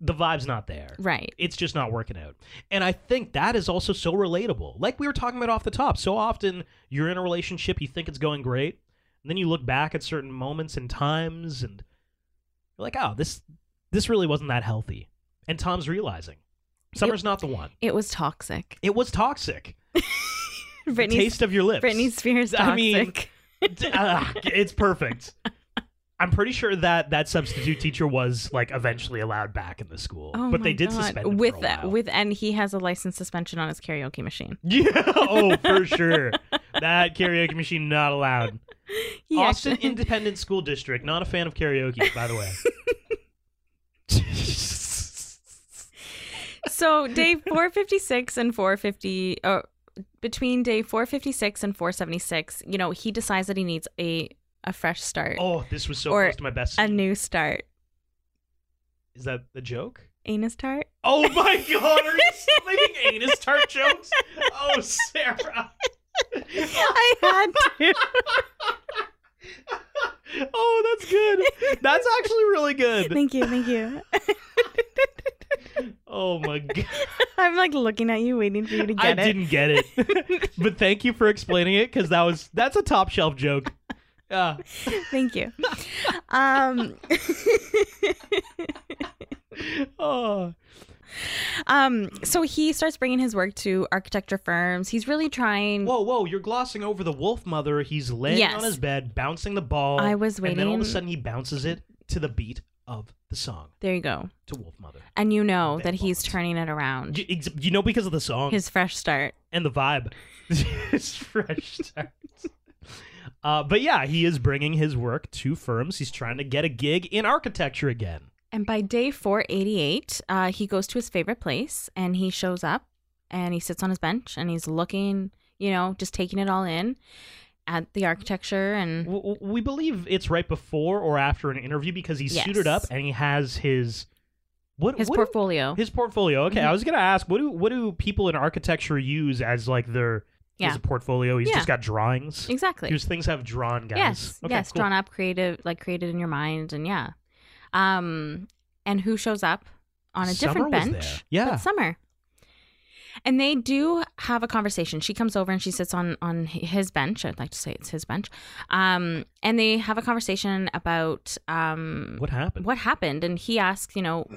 Speaker 2: the vibe's not there.
Speaker 1: right.
Speaker 2: it's just not working out. And I think that is also so relatable. Like we were talking about off the top, so often you're in a relationship, you think it's going great, and then you look back at certain moments and times and you're like, "Oh, this this really wasn't that healthy." And Tom's realizing Summer's not the one.
Speaker 1: It was toxic.
Speaker 2: It was toxic. The
Speaker 1: Britney
Speaker 2: taste of your lips.
Speaker 1: Britney Spears toxic.
Speaker 2: I mean, Ah, it's perfect. I'm pretty sure that that substitute teacher was like eventually allowed back in the school,
Speaker 1: Oh
Speaker 2: but they
Speaker 1: my
Speaker 2: did
Speaker 1: God.
Speaker 2: suspend him
Speaker 1: with
Speaker 2: for a while.
Speaker 1: with and he has a license suspension on his karaoke machine.
Speaker 2: Yeah. Oh, for sure. that karaoke machine not allowed.
Speaker 1: He
Speaker 2: Austin
Speaker 1: actually-
Speaker 2: Independent School District. Not a fan of karaoke, by the way.
Speaker 1: so day 456 and 450 uh, between day 456 and 476 you know he decides that he needs a a fresh start
Speaker 2: oh, this was so
Speaker 1: Or
Speaker 2: close to my best.
Speaker 1: a new start
Speaker 2: Is that the joke?
Speaker 1: anus tart
Speaker 2: Oh my god, are you still making anus tart jokes? Oh, Sarah.
Speaker 1: i had to
Speaker 2: Oh, that's good. That's actually really good.
Speaker 1: thank you thank you
Speaker 2: Oh my god.
Speaker 1: i'm like looking at you waiting for you to
Speaker 2: I
Speaker 1: get it
Speaker 2: didn't get it. but thank you for explaining it cuz that was that's a top shelf joke. Yeah.
Speaker 1: thank you um
Speaker 2: Oh.
Speaker 1: um so he starts bringing his work to architecture firms he's really trying
Speaker 2: Whoa, whoa, you're glossing over the wolf mother. He's laying on
Speaker 1: Mm. Yes.
Speaker 2: his bed, bouncing the ball.
Speaker 1: I was
Speaker 2: And then all of a
Speaker 1: waiting.
Speaker 2: sudden he bounces it to the beat of the song
Speaker 1: there you go
Speaker 2: to wolf mother.
Speaker 1: and you know that
Speaker 2: Bed
Speaker 1: he's
Speaker 2: bugs.
Speaker 1: turning it around
Speaker 2: You, ex- you know, because of the song
Speaker 1: his fresh start
Speaker 2: and the vibe. it's fresh start. Uh, but yeah, he is bringing his work to firms. He's trying to get a gig in architecture again.
Speaker 1: And by day 488, uh, he goes to his favorite place and he shows up and he sits on his bench and he's looking, you know, just taking it all in at the architecture. And
Speaker 2: W- w- We believe it's right before or after an interview because he's
Speaker 1: Yes.
Speaker 2: suited up and he has his what
Speaker 1: His
Speaker 2: what do-
Speaker 1: portfolio. Mm-hmm.
Speaker 2: His portfolio. Okay, I was gonna ask what do what do people in architecture use as like their he has
Speaker 1: Yeah.
Speaker 2: a portfolio? He's
Speaker 1: Yeah.
Speaker 2: just got drawings.
Speaker 1: exactly.
Speaker 2: Here's things I've drawn, guys.
Speaker 1: yes.
Speaker 2: Okay,
Speaker 1: yes.
Speaker 2: cool.
Speaker 1: Drawn up, creative, like created in your mind. And yeah. Um, and who shows up on a
Speaker 2: Summer
Speaker 1: different
Speaker 2: was
Speaker 1: bench?
Speaker 2: there. Yeah.
Speaker 1: but Summer. And they do have a conversation. She comes over and she sits on on his bench. I'd like to say it's his bench. Um, and they have a conversation about um,
Speaker 2: What happened?
Speaker 1: what happened and he asks you know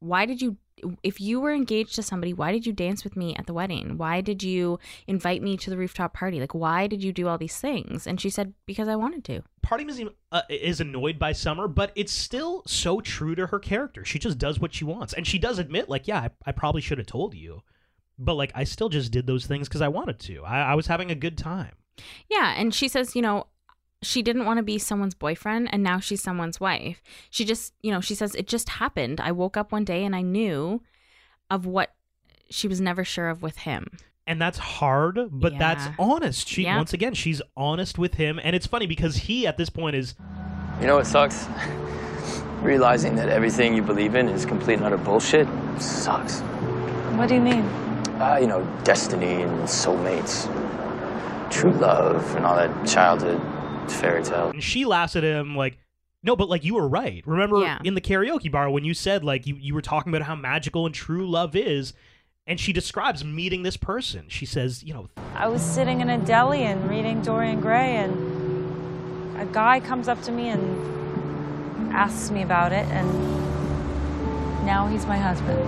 Speaker 1: why did you if you were engaged to somebody, why did you dance with me at the wedding? Why did you invite me to the rooftop party? Like, why did you do all these things? And she said, because I wanted to.
Speaker 2: Party Museum uh, is annoyed by Summer, but it's still so true to her character. She just does what she wants. And she does admit, like, yeah, I, I probably should have told you, but, like, I still just did those things because I wanted to. I, I was having a good time.
Speaker 1: Yeah. And she says, you know, she didn't want to be someone's boyfriend and now she's someone's wife. She just, you know, she says, it just happened. I woke up one day and I knew of what she was never sure of with him.
Speaker 2: And that's hard, but that's
Speaker 1: Yeah.
Speaker 2: honest. She,
Speaker 1: Yeah.
Speaker 2: once again, she's honest with him. And it's funny because he, at this point, is
Speaker 6: You know what sucks? Realizing that everything you believe in is complete and utter bullshit sucks.
Speaker 5: What do you mean?
Speaker 6: Uh, you know, destiny and soulmates, true love, and all that childhood fairy tale.
Speaker 2: And she laughs at him like, no, but like you were right. Remember
Speaker 1: Yeah.
Speaker 2: in the karaoke bar when you said like you, you were talking about how magical and true love is. And she describes meeting this person. She says, you know,
Speaker 5: I was sitting in a deli and reading Dorian Gray, and a guy comes up to me and asks me about it, and now he's my husband.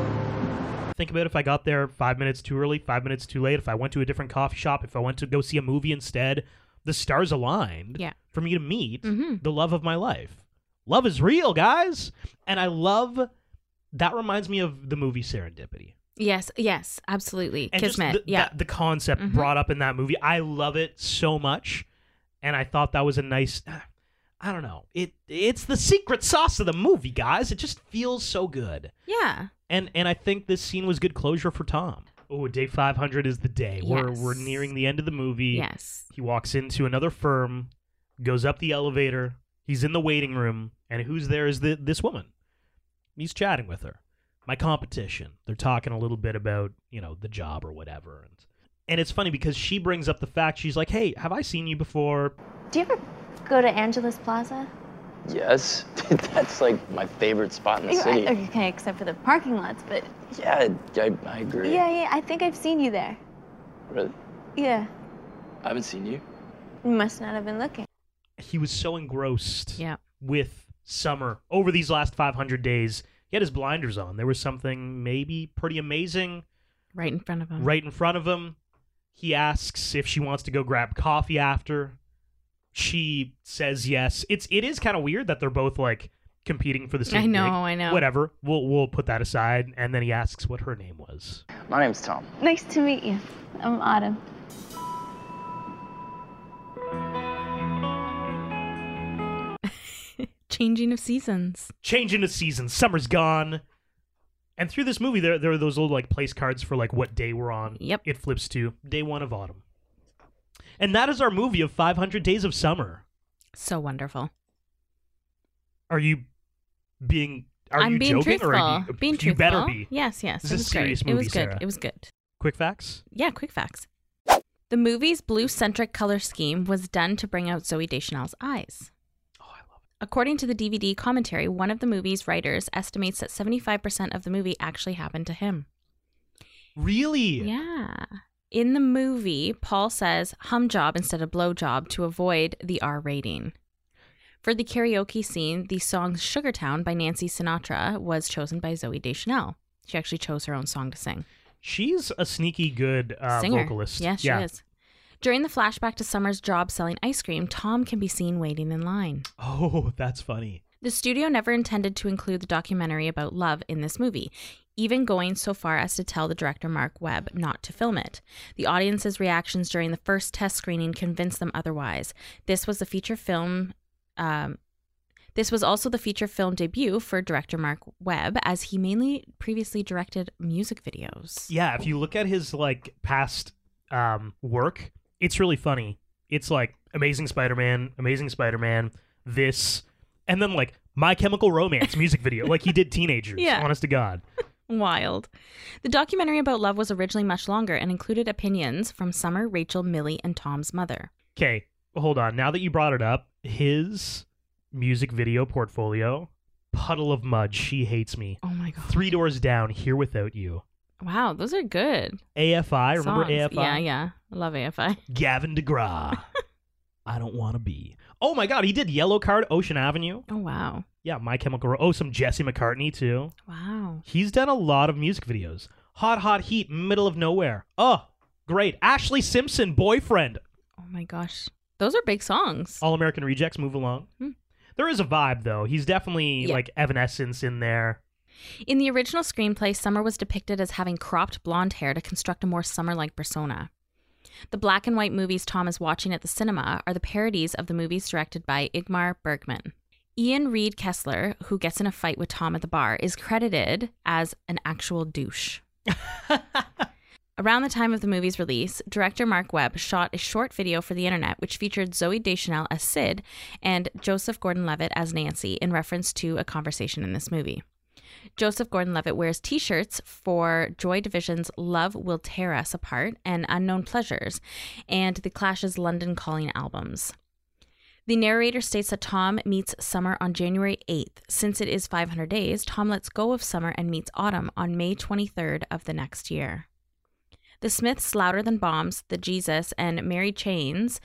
Speaker 2: think about if I got there five minutes too early, five minutes too late, if I went to a different coffee shop, if I went to go see a movie instead, the stars aligned
Speaker 1: Yeah. Mm-hmm.
Speaker 2: for me to meet the love of my life. Love is real, guys. And I love that reminds me of the movie Serendipity.
Speaker 1: Yes. Yes. Absolutely.
Speaker 2: and just
Speaker 1: Kismet.
Speaker 2: the,
Speaker 1: yeah. Mm-hmm.
Speaker 2: that- the concept brought up in that movie. I love it so much, and I thought that was a nice. I don't know. It it's the secret sauce of the movie, guys. It just feels so good,
Speaker 1: yeah.
Speaker 2: and and I think this scene was good closure for Tom. Oh, day five hundred is the day. We're we're
Speaker 1: Yes.
Speaker 2: nearing the end of the movie.
Speaker 1: Yes.
Speaker 2: He walks into another firm, goes up the elevator. He's in the waiting room, and who's there is the, this woman. He's chatting with her. My competition. They're talking a little bit about you know the job or whatever, and and it's funny because she brings up the fact she's like, "Hey, have I seen you before?"
Speaker 7: Do you ever go to Angeles Plaza?
Speaker 6: Yes, that's like my favorite spot in the
Speaker 7: You- I-
Speaker 6: city.
Speaker 7: okay, except for the parking lots, but
Speaker 6: Yeah, I, I agree.
Speaker 7: yeah, yeah, I think I've seen you there.
Speaker 6: Really?
Speaker 7: Yeah,
Speaker 6: I haven't seen you.
Speaker 7: you must not have been looking.
Speaker 2: He was so engrossed
Speaker 1: Yeah.
Speaker 2: with summer over these last 500 days. He had his blinders on. There was something maybe pretty amazing
Speaker 1: Right in front of him.
Speaker 2: right in front of him. He asks if she wants to go grab coffee after. She says yes. It's it is kind of weird that they're both like competing for the same.
Speaker 1: I know,
Speaker 2: gig.
Speaker 1: I know.
Speaker 2: Whatever. We'll we'll put that aside. And then he asks what her name was.
Speaker 6: My name's Tom.
Speaker 7: Nice to meet you. I'm Autumn.
Speaker 1: Changing of seasons.
Speaker 2: Change into season. Summer's gone. And through this movie, there there are those little like place cards for like what day we're on.
Speaker 1: Yep.
Speaker 2: It flips to day one of autumn. And that is our movie of 500 Days of Summer.
Speaker 1: So wonderful.
Speaker 2: Are you being? Are
Speaker 1: I'm
Speaker 2: you
Speaker 1: being
Speaker 2: joking?
Speaker 1: truthful.
Speaker 2: Or are you,
Speaker 1: being
Speaker 2: you
Speaker 1: truthful.
Speaker 2: better be.
Speaker 1: Yes, yes.
Speaker 2: This
Speaker 1: it
Speaker 2: is a
Speaker 1: was great.
Speaker 2: serious
Speaker 1: it
Speaker 2: movie,
Speaker 1: was good.
Speaker 2: Sarah.
Speaker 1: It was good.
Speaker 2: Quick facts.
Speaker 1: Yeah, quick facts. The movie's blue centric color scheme was done to bring out Zoe Deschanel's eyes. According to the DVD commentary, one of the movie's writers estimates that 75% of the movie actually happened to him.
Speaker 2: Really?
Speaker 1: Yeah. In the movie, Paul says hum job instead of blow job to avoid the R rating. For the karaoke scene, the song Sugartown by Nancy Sinatra was chosen by Zoe Deschanel. She actually chose her own song to sing.
Speaker 2: She's a sneaky good uh,
Speaker 1: Singer.
Speaker 2: vocalist.
Speaker 1: Yes, she
Speaker 2: yeah.
Speaker 1: is. During the flashback to Summer's job selling ice cream, Tom can be seen waiting in line.
Speaker 2: Oh, that's funny.
Speaker 1: The studio never intended to include the documentary about love in this movie, even going so far as to tell the director Mark Webb not to film it. The audience's reactions during the first test screening convinced them otherwise. This was the feature film. Um, this was also the feature film debut for director Mark Webb, as he mainly previously directed music videos.
Speaker 2: Yeah, if you look at his like past um, work, it's really funny. It's like Amazing Spider-Man, Amazing Spider-Man, this, and then like My Chemical Romance music video. like he did Teenagers.
Speaker 1: Yeah.
Speaker 2: Honest to God.
Speaker 1: Wild. The documentary about love was originally much longer and included opinions from Summer, Rachel, Millie, and Tom's mother.
Speaker 2: Okay, hold on. Now that you brought it up, his music video portfolio, Puddle of Mud, She Hates Me,
Speaker 1: Oh my god.
Speaker 2: Three Doors Down, Here Without You,
Speaker 1: Wow, those are good.
Speaker 2: AFI. Remember
Speaker 1: songs.
Speaker 2: AFI?
Speaker 1: Yeah, yeah. I love AFI.
Speaker 2: Gavin DeGraw. I don't want to be. Oh my God, he did Yellow Card, Ocean Avenue.
Speaker 1: Oh wow.
Speaker 2: Yeah, My Chemical Ro- Oh, some Jesse McCartney too.
Speaker 1: Wow.
Speaker 2: He's done a lot of music videos. Hot, hot heat, middle of nowhere. Oh, great. Ashley Simpson, boyfriend.
Speaker 1: Oh my gosh. Those are big songs.
Speaker 2: All American Rejects, move along.
Speaker 1: Hmm.
Speaker 2: There is a vibe though. He's definitely
Speaker 1: Yeah.
Speaker 2: like Evanescence in there.
Speaker 1: In the original screenplay, Summer was depicted as having cropped blonde hair to construct a more summer like persona. The black and white movies Tom is watching at the cinema are the parodies of the movies directed by Igmar Bergman. Ian Reed Kessler, who gets in a fight with Tom at the bar, is credited as an actual douche. Around the time of the movie's release, director Mark Webb shot a short video for the internet which featured Zoe Deschanel as Sid and Joseph Gordon Levitt as Nancy in reference to a conversation in this movie. Joseph Gordon Levitt wears t shirts for Joy Division's Love Will Tear Us Apart and Unknown Pleasures and The Clash's London Calling albums. The narrator states that Tom meets Summer on January 8th. Since it is 500 days, Tom lets go of Summer and meets Autumn on May 23rd of the next year. The Smiths, Louder Than Bombs, The Jesus, and Mary Chains,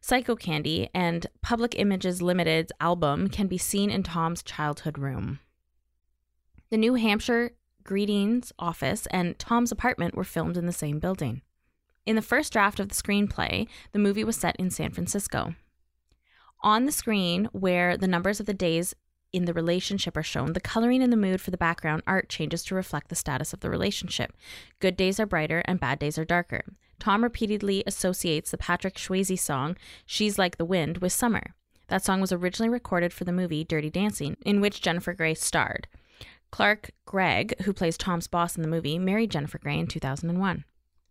Speaker 1: Psycho Candy, and Public Images Limited's album can be seen in Tom's childhood room. The New Hampshire Greetings office and Tom's apartment were filmed in the same building. In the first draft of the screenplay, the movie was set in San Francisco. On the screen, where the numbers of the days in the relationship are shown, the coloring and the mood for the background art changes to reflect the status of the relationship. Good days are brighter and bad days are darker. Tom repeatedly associates the Patrick Swayze song, She's Like the Wind, with summer. That song was originally recorded for the movie Dirty Dancing, in which Jennifer Grey starred. Clark Gregg, who plays Tom's boss in the movie, married Jennifer Grey in 2001.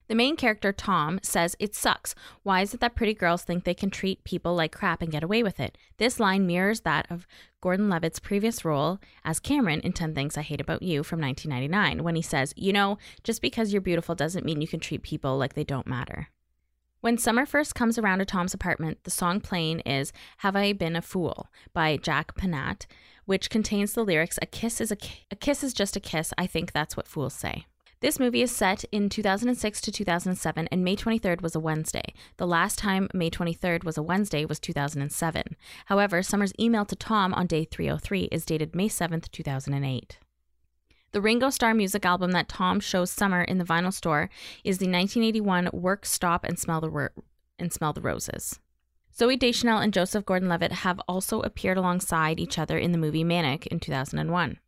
Speaker 1: The main character, Tom, says, It sucks. Why is it that pretty girls think they can treat people like crap and get away with it? This line mirrors that of Gordon Levitt's previous role as Cameron in 10 Things I Hate About You from 1999, when he says, You know, just because you're beautiful doesn't mean you can treat people like they don't matter. When summer first comes around to Tom's apartment, the song playing is Have I Been a Fool by Jack Panat, which contains the lyrics A kiss is a, ki- a kiss is just a kiss. I think that's what fools say. This movie is set in 2006 to 2007 and May 23rd was a Wednesday. The last time May 23rd was a Wednesday was 2007. However, Summer's email to Tom on day 303 is dated May 7th, 2008. The Ringo Starr music album that Tom shows Summer in the vinyl store is the 1981 Work, Stop, and Smell the Ro- and Smell the Roses. Zoe Deschanel and Joseph Gordon-Levitt have also appeared alongside each other in the movie Manic in 2001.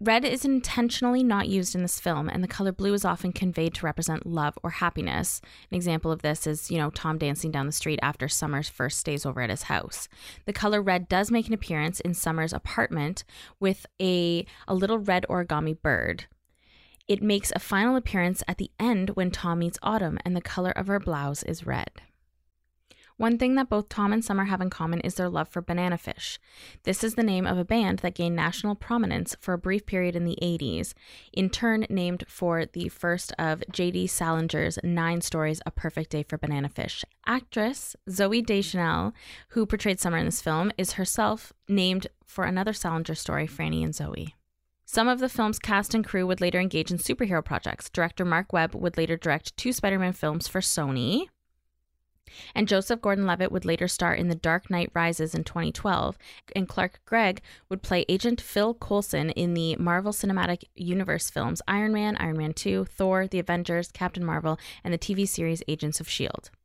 Speaker 1: Red is intentionally not used in this film, and the color blue is often conveyed to represent love or happiness. An example of this is, you know, Tom dancing down the street after Summers first stays over at his house. The color red does make an appearance in Summers' apartment with a, a little red origami bird. It makes a final appearance at the end when Tom meets Autumn, and the color of her blouse is red. One thing that both Tom and Summer have in common is their love for banana fish. This is the name of a band that gained national prominence for a brief period in the 80s, in turn named for the first of J.D. Salinger's Nine Stories A Perfect Day for Banana Fish. Actress Zoe Deschanel, who portrayed Summer in this film, is herself named for another Salinger story, Franny and Zoe. Some of the film's cast and crew would later engage in superhero projects. Director Mark Webb would later direct two Spider Man films for Sony, and Joseph Gordon Levitt would later star in The Dark Knight Rises in 2012, and Clark Gregg would play Agent Phil Coulson in the Marvel Cinematic Universe films Iron Man, Iron Man 2, Thor, The Avengers, Captain Marvel, and the TV series Agents of S.H.I.E.L.D. E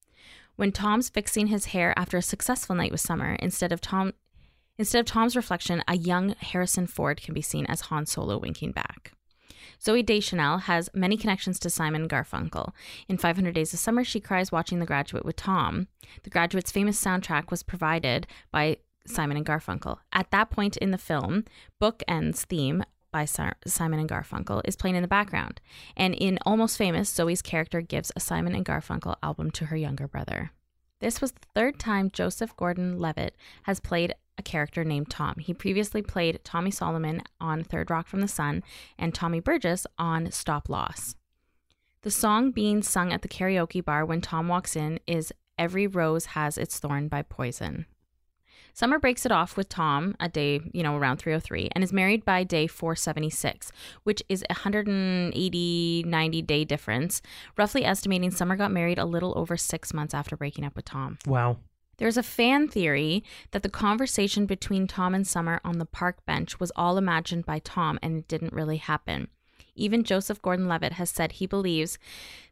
Speaker 1: When Tom's fixing his hair after a successful night with Summer, instead of Tom. Instead of Tom's reflection, a young Harrison Ford can be seen as Han Solo winking back. Zoe Deschanel has many connections to Simon Garfunkel. In 500 Days of Summer, she cries watching The Graduate with Tom. The Graduate's famous soundtrack was provided by Simon and Garfunkel. At that point in the film, Bookends theme by Sar- Simon and Garfunkel is playing in the background. And in Almost Famous, Zoe's character gives a Simon and Garfunkel album to her younger brother. This was the third time Joseph Gordon Levitt has played a character named Tom. He previously played Tommy Solomon on Third Rock from the Sun and Tommy Burgess on Stop Loss. The song being sung at the karaoke bar when Tom walks in is Every Rose Has Its Thorn by Poison. Summer breaks it off with Tom a day, you know, around 303 and is married by day 476, which is a 180 90 day difference, roughly estimating Summer got married a little over 6 months after breaking up with Tom.
Speaker 2: Wow.
Speaker 1: There's a fan theory that the conversation between Tom and Summer on the park bench was all imagined by Tom and it didn't really happen. Even Joseph Gordon Levitt has said he believes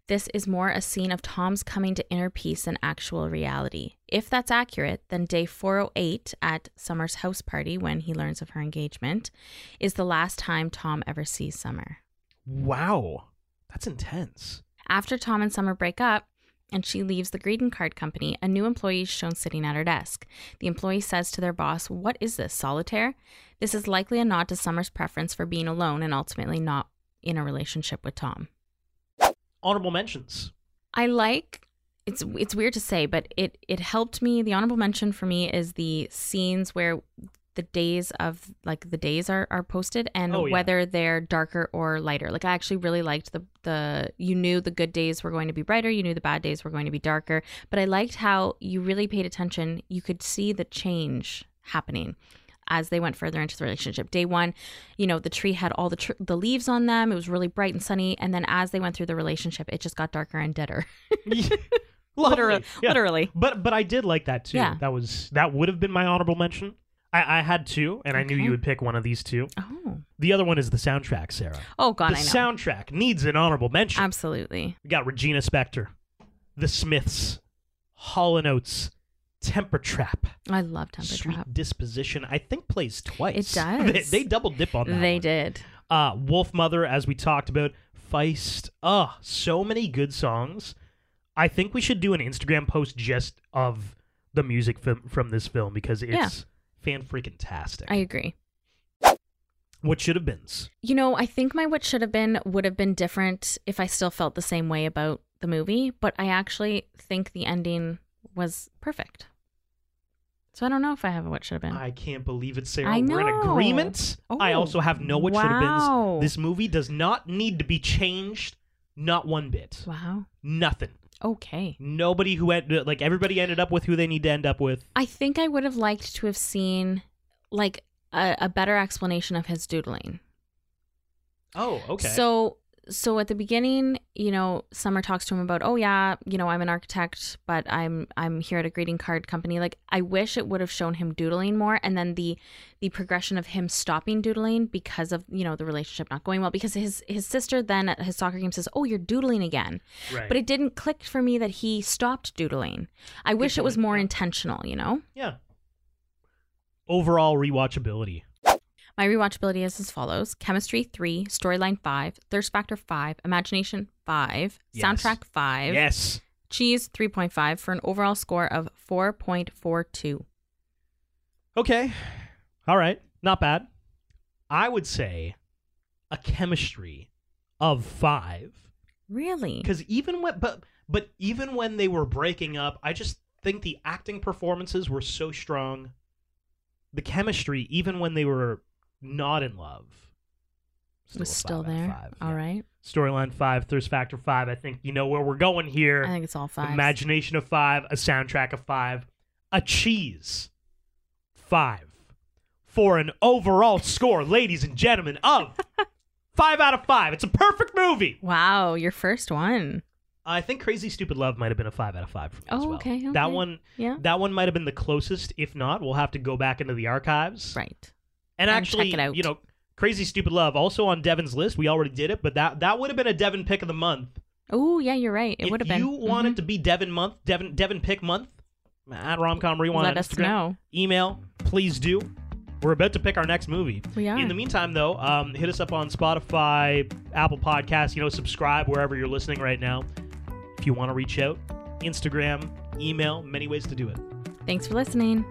Speaker 1: this is more a scene of Tom's coming to inner peace than actual reality. If that's accurate, then day 408 at Summer's house party, when he learns of her engagement, is the last time Tom ever sees Summer.
Speaker 2: Wow. That's intense.
Speaker 1: After Tom and Summer break up and she leaves the greeting card company, a new employee is shown sitting at her desk. The employee says to their boss, What is this, solitaire? This is likely a nod to Summer's preference for being alone and ultimately not in a relationship with Tom.
Speaker 2: Honorable mentions.
Speaker 1: I like it's it's weird to say, but it it helped me. The honorable mention for me is the scenes where the days of like the days are are posted and
Speaker 2: Oh, yeah.
Speaker 1: whether they're darker or lighter. Like I actually really liked the the you knew the good days were going to be brighter, you knew the bad days were going to be darker, but I liked how you really paid attention. You could see the change happening as they went further into the relationship. Day one, you know, the tree had all the tr- the leaves on them. It was really bright and sunny, and then as they went through the relationship, it just got darker and deader.
Speaker 2: Literally.
Speaker 1: literally.
Speaker 2: But but I did like that too.
Speaker 1: Yeah.
Speaker 2: That was that would have been my honorable mention. I, I had two, and I knew
Speaker 1: Okay.
Speaker 2: you would pick one of these two.
Speaker 1: Oh,
Speaker 2: The other one is the soundtrack, Sarah.
Speaker 1: oh God,
Speaker 2: the
Speaker 1: I know.
Speaker 2: soundtrack needs an honorable mention.
Speaker 1: Absolutely.
Speaker 2: we got Regina Spektor, The Smiths, Hall and Oates, Temper Trap,
Speaker 1: I love Temper
Speaker 2: Sweet
Speaker 1: Trap.
Speaker 2: Disposition. I think plays twice.
Speaker 1: It does.
Speaker 2: They, they double dip on that.
Speaker 1: They
Speaker 2: one.
Speaker 1: did.
Speaker 2: Uh, Wolf Mother, as we talked about, Feist. Oh, so many good songs. I think we should do an Instagram post just of the music from, from this film because it's
Speaker 1: Yeah.
Speaker 2: fan freaking tastic.
Speaker 1: I agree.
Speaker 2: What should have been?
Speaker 1: You know, I think my what should have been would have been different if I still felt the same way about the movie, but I actually think the ending was perfect. So I don't know if I have a what should have been.
Speaker 2: I can't believe it, Sarah.
Speaker 1: I
Speaker 2: We're in
Speaker 1: know.
Speaker 2: agreement. I
Speaker 1: Oh,
Speaker 2: also have no what should have
Speaker 1: wow.
Speaker 2: been. This movie does not need to be changed, not one bit.
Speaker 1: wow.
Speaker 2: Nothing.
Speaker 1: Okay.
Speaker 2: Nobody who had like everybody ended up with who they need to end up with.
Speaker 1: I think I would have liked to have seen like a, a better explanation of his doodling.
Speaker 2: Oh, okay.
Speaker 1: So so at the beginning, you know, Summer talks to him about, "Oh yeah, you know, I'm an architect, but I'm I'm here at a greeting card company." Like I wish it would have shown him doodling more and then the the progression of him stopping doodling because of, you know, the relationship not going well because his his sister then at his soccer game says, "Oh, you're doodling again."
Speaker 2: right.
Speaker 1: But it didn't click for me that he stopped doodling. I wish it was more intentional, you know?
Speaker 2: Yeah. Overall rewatchability.
Speaker 1: My rewatchability is as follows Chemistry 3, Storyline 5, Thirst Factor 5, Imagination 5,
Speaker 2: Yes.
Speaker 1: Soundtrack 5,
Speaker 2: Yes.
Speaker 1: Cheese 3.5 for an overall score of 4.42.
Speaker 2: Okay. All right. Not bad. I would say a chemistry of five
Speaker 1: Really?
Speaker 2: because even when but but even when they were breaking up, I just think the acting performances were so strong. The chemistry, even when they were not in love,
Speaker 1: Was still
Speaker 2: a five out of
Speaker 1: there.
Speaker 2: five,
Speaker 1: All
Speaker 2: yeah.
Speaker 1: right.
Speaker 2: Storyline five, thirst factor five. I think you know where we're going here.
Speaker 1: I think it's all five.
Speaker 2: Imagination of five, a soundtrack of five, a cheese five for an overall score, ladies and gentlemen, of five out of five. It's a perfect movie.
Speaker 1: Wow, your first one.
Speaker 2: I think Crazy Stupid Love might have been a five out of five for me as
Speaker 1: Oh,
Speaker 2: well.
Speaker 1: okay,
Speaker 2: That
Speaker 1: okay.
Speaker 2: one,
Speaker 1: Yeah.
Speaker 2: that one might have been the closest. If not, we'll have to go back into the archives
Speaker 1: Right.
Speaker 2: and
Speaker 1: And
Speaker 2: actually,
Speaker 1: check it out.
Speaker 2: you know, Crazy Stupid Love also on Devin's list. We already did it, but that that would have been a Devin pick of the month.
Speaker 1: Oh, yeah, you're right. It
Speaker 2: if
Speaker 1: would have been. Mm-hmm.
Speaker 2: you want it to be Devin month, Devin Devin pick month, at Romcom Rewind.
Speaker 1: Let
Speaker 2: on
Speaker 1: us
Speaker 2: Instagram,
Speaker 1: know.
Speaker 2: Email, please do. We're about to pick our next movie.
Speaker 1: We are.
Speaker 2: In the meantime, though, um, hit us up on Spotify, Apple Podcasts. You know, subscribe wherever you're listening right now. If you want to reach out, Instagram, email, many ways to do it.
Speaker 1: Thanks for listening.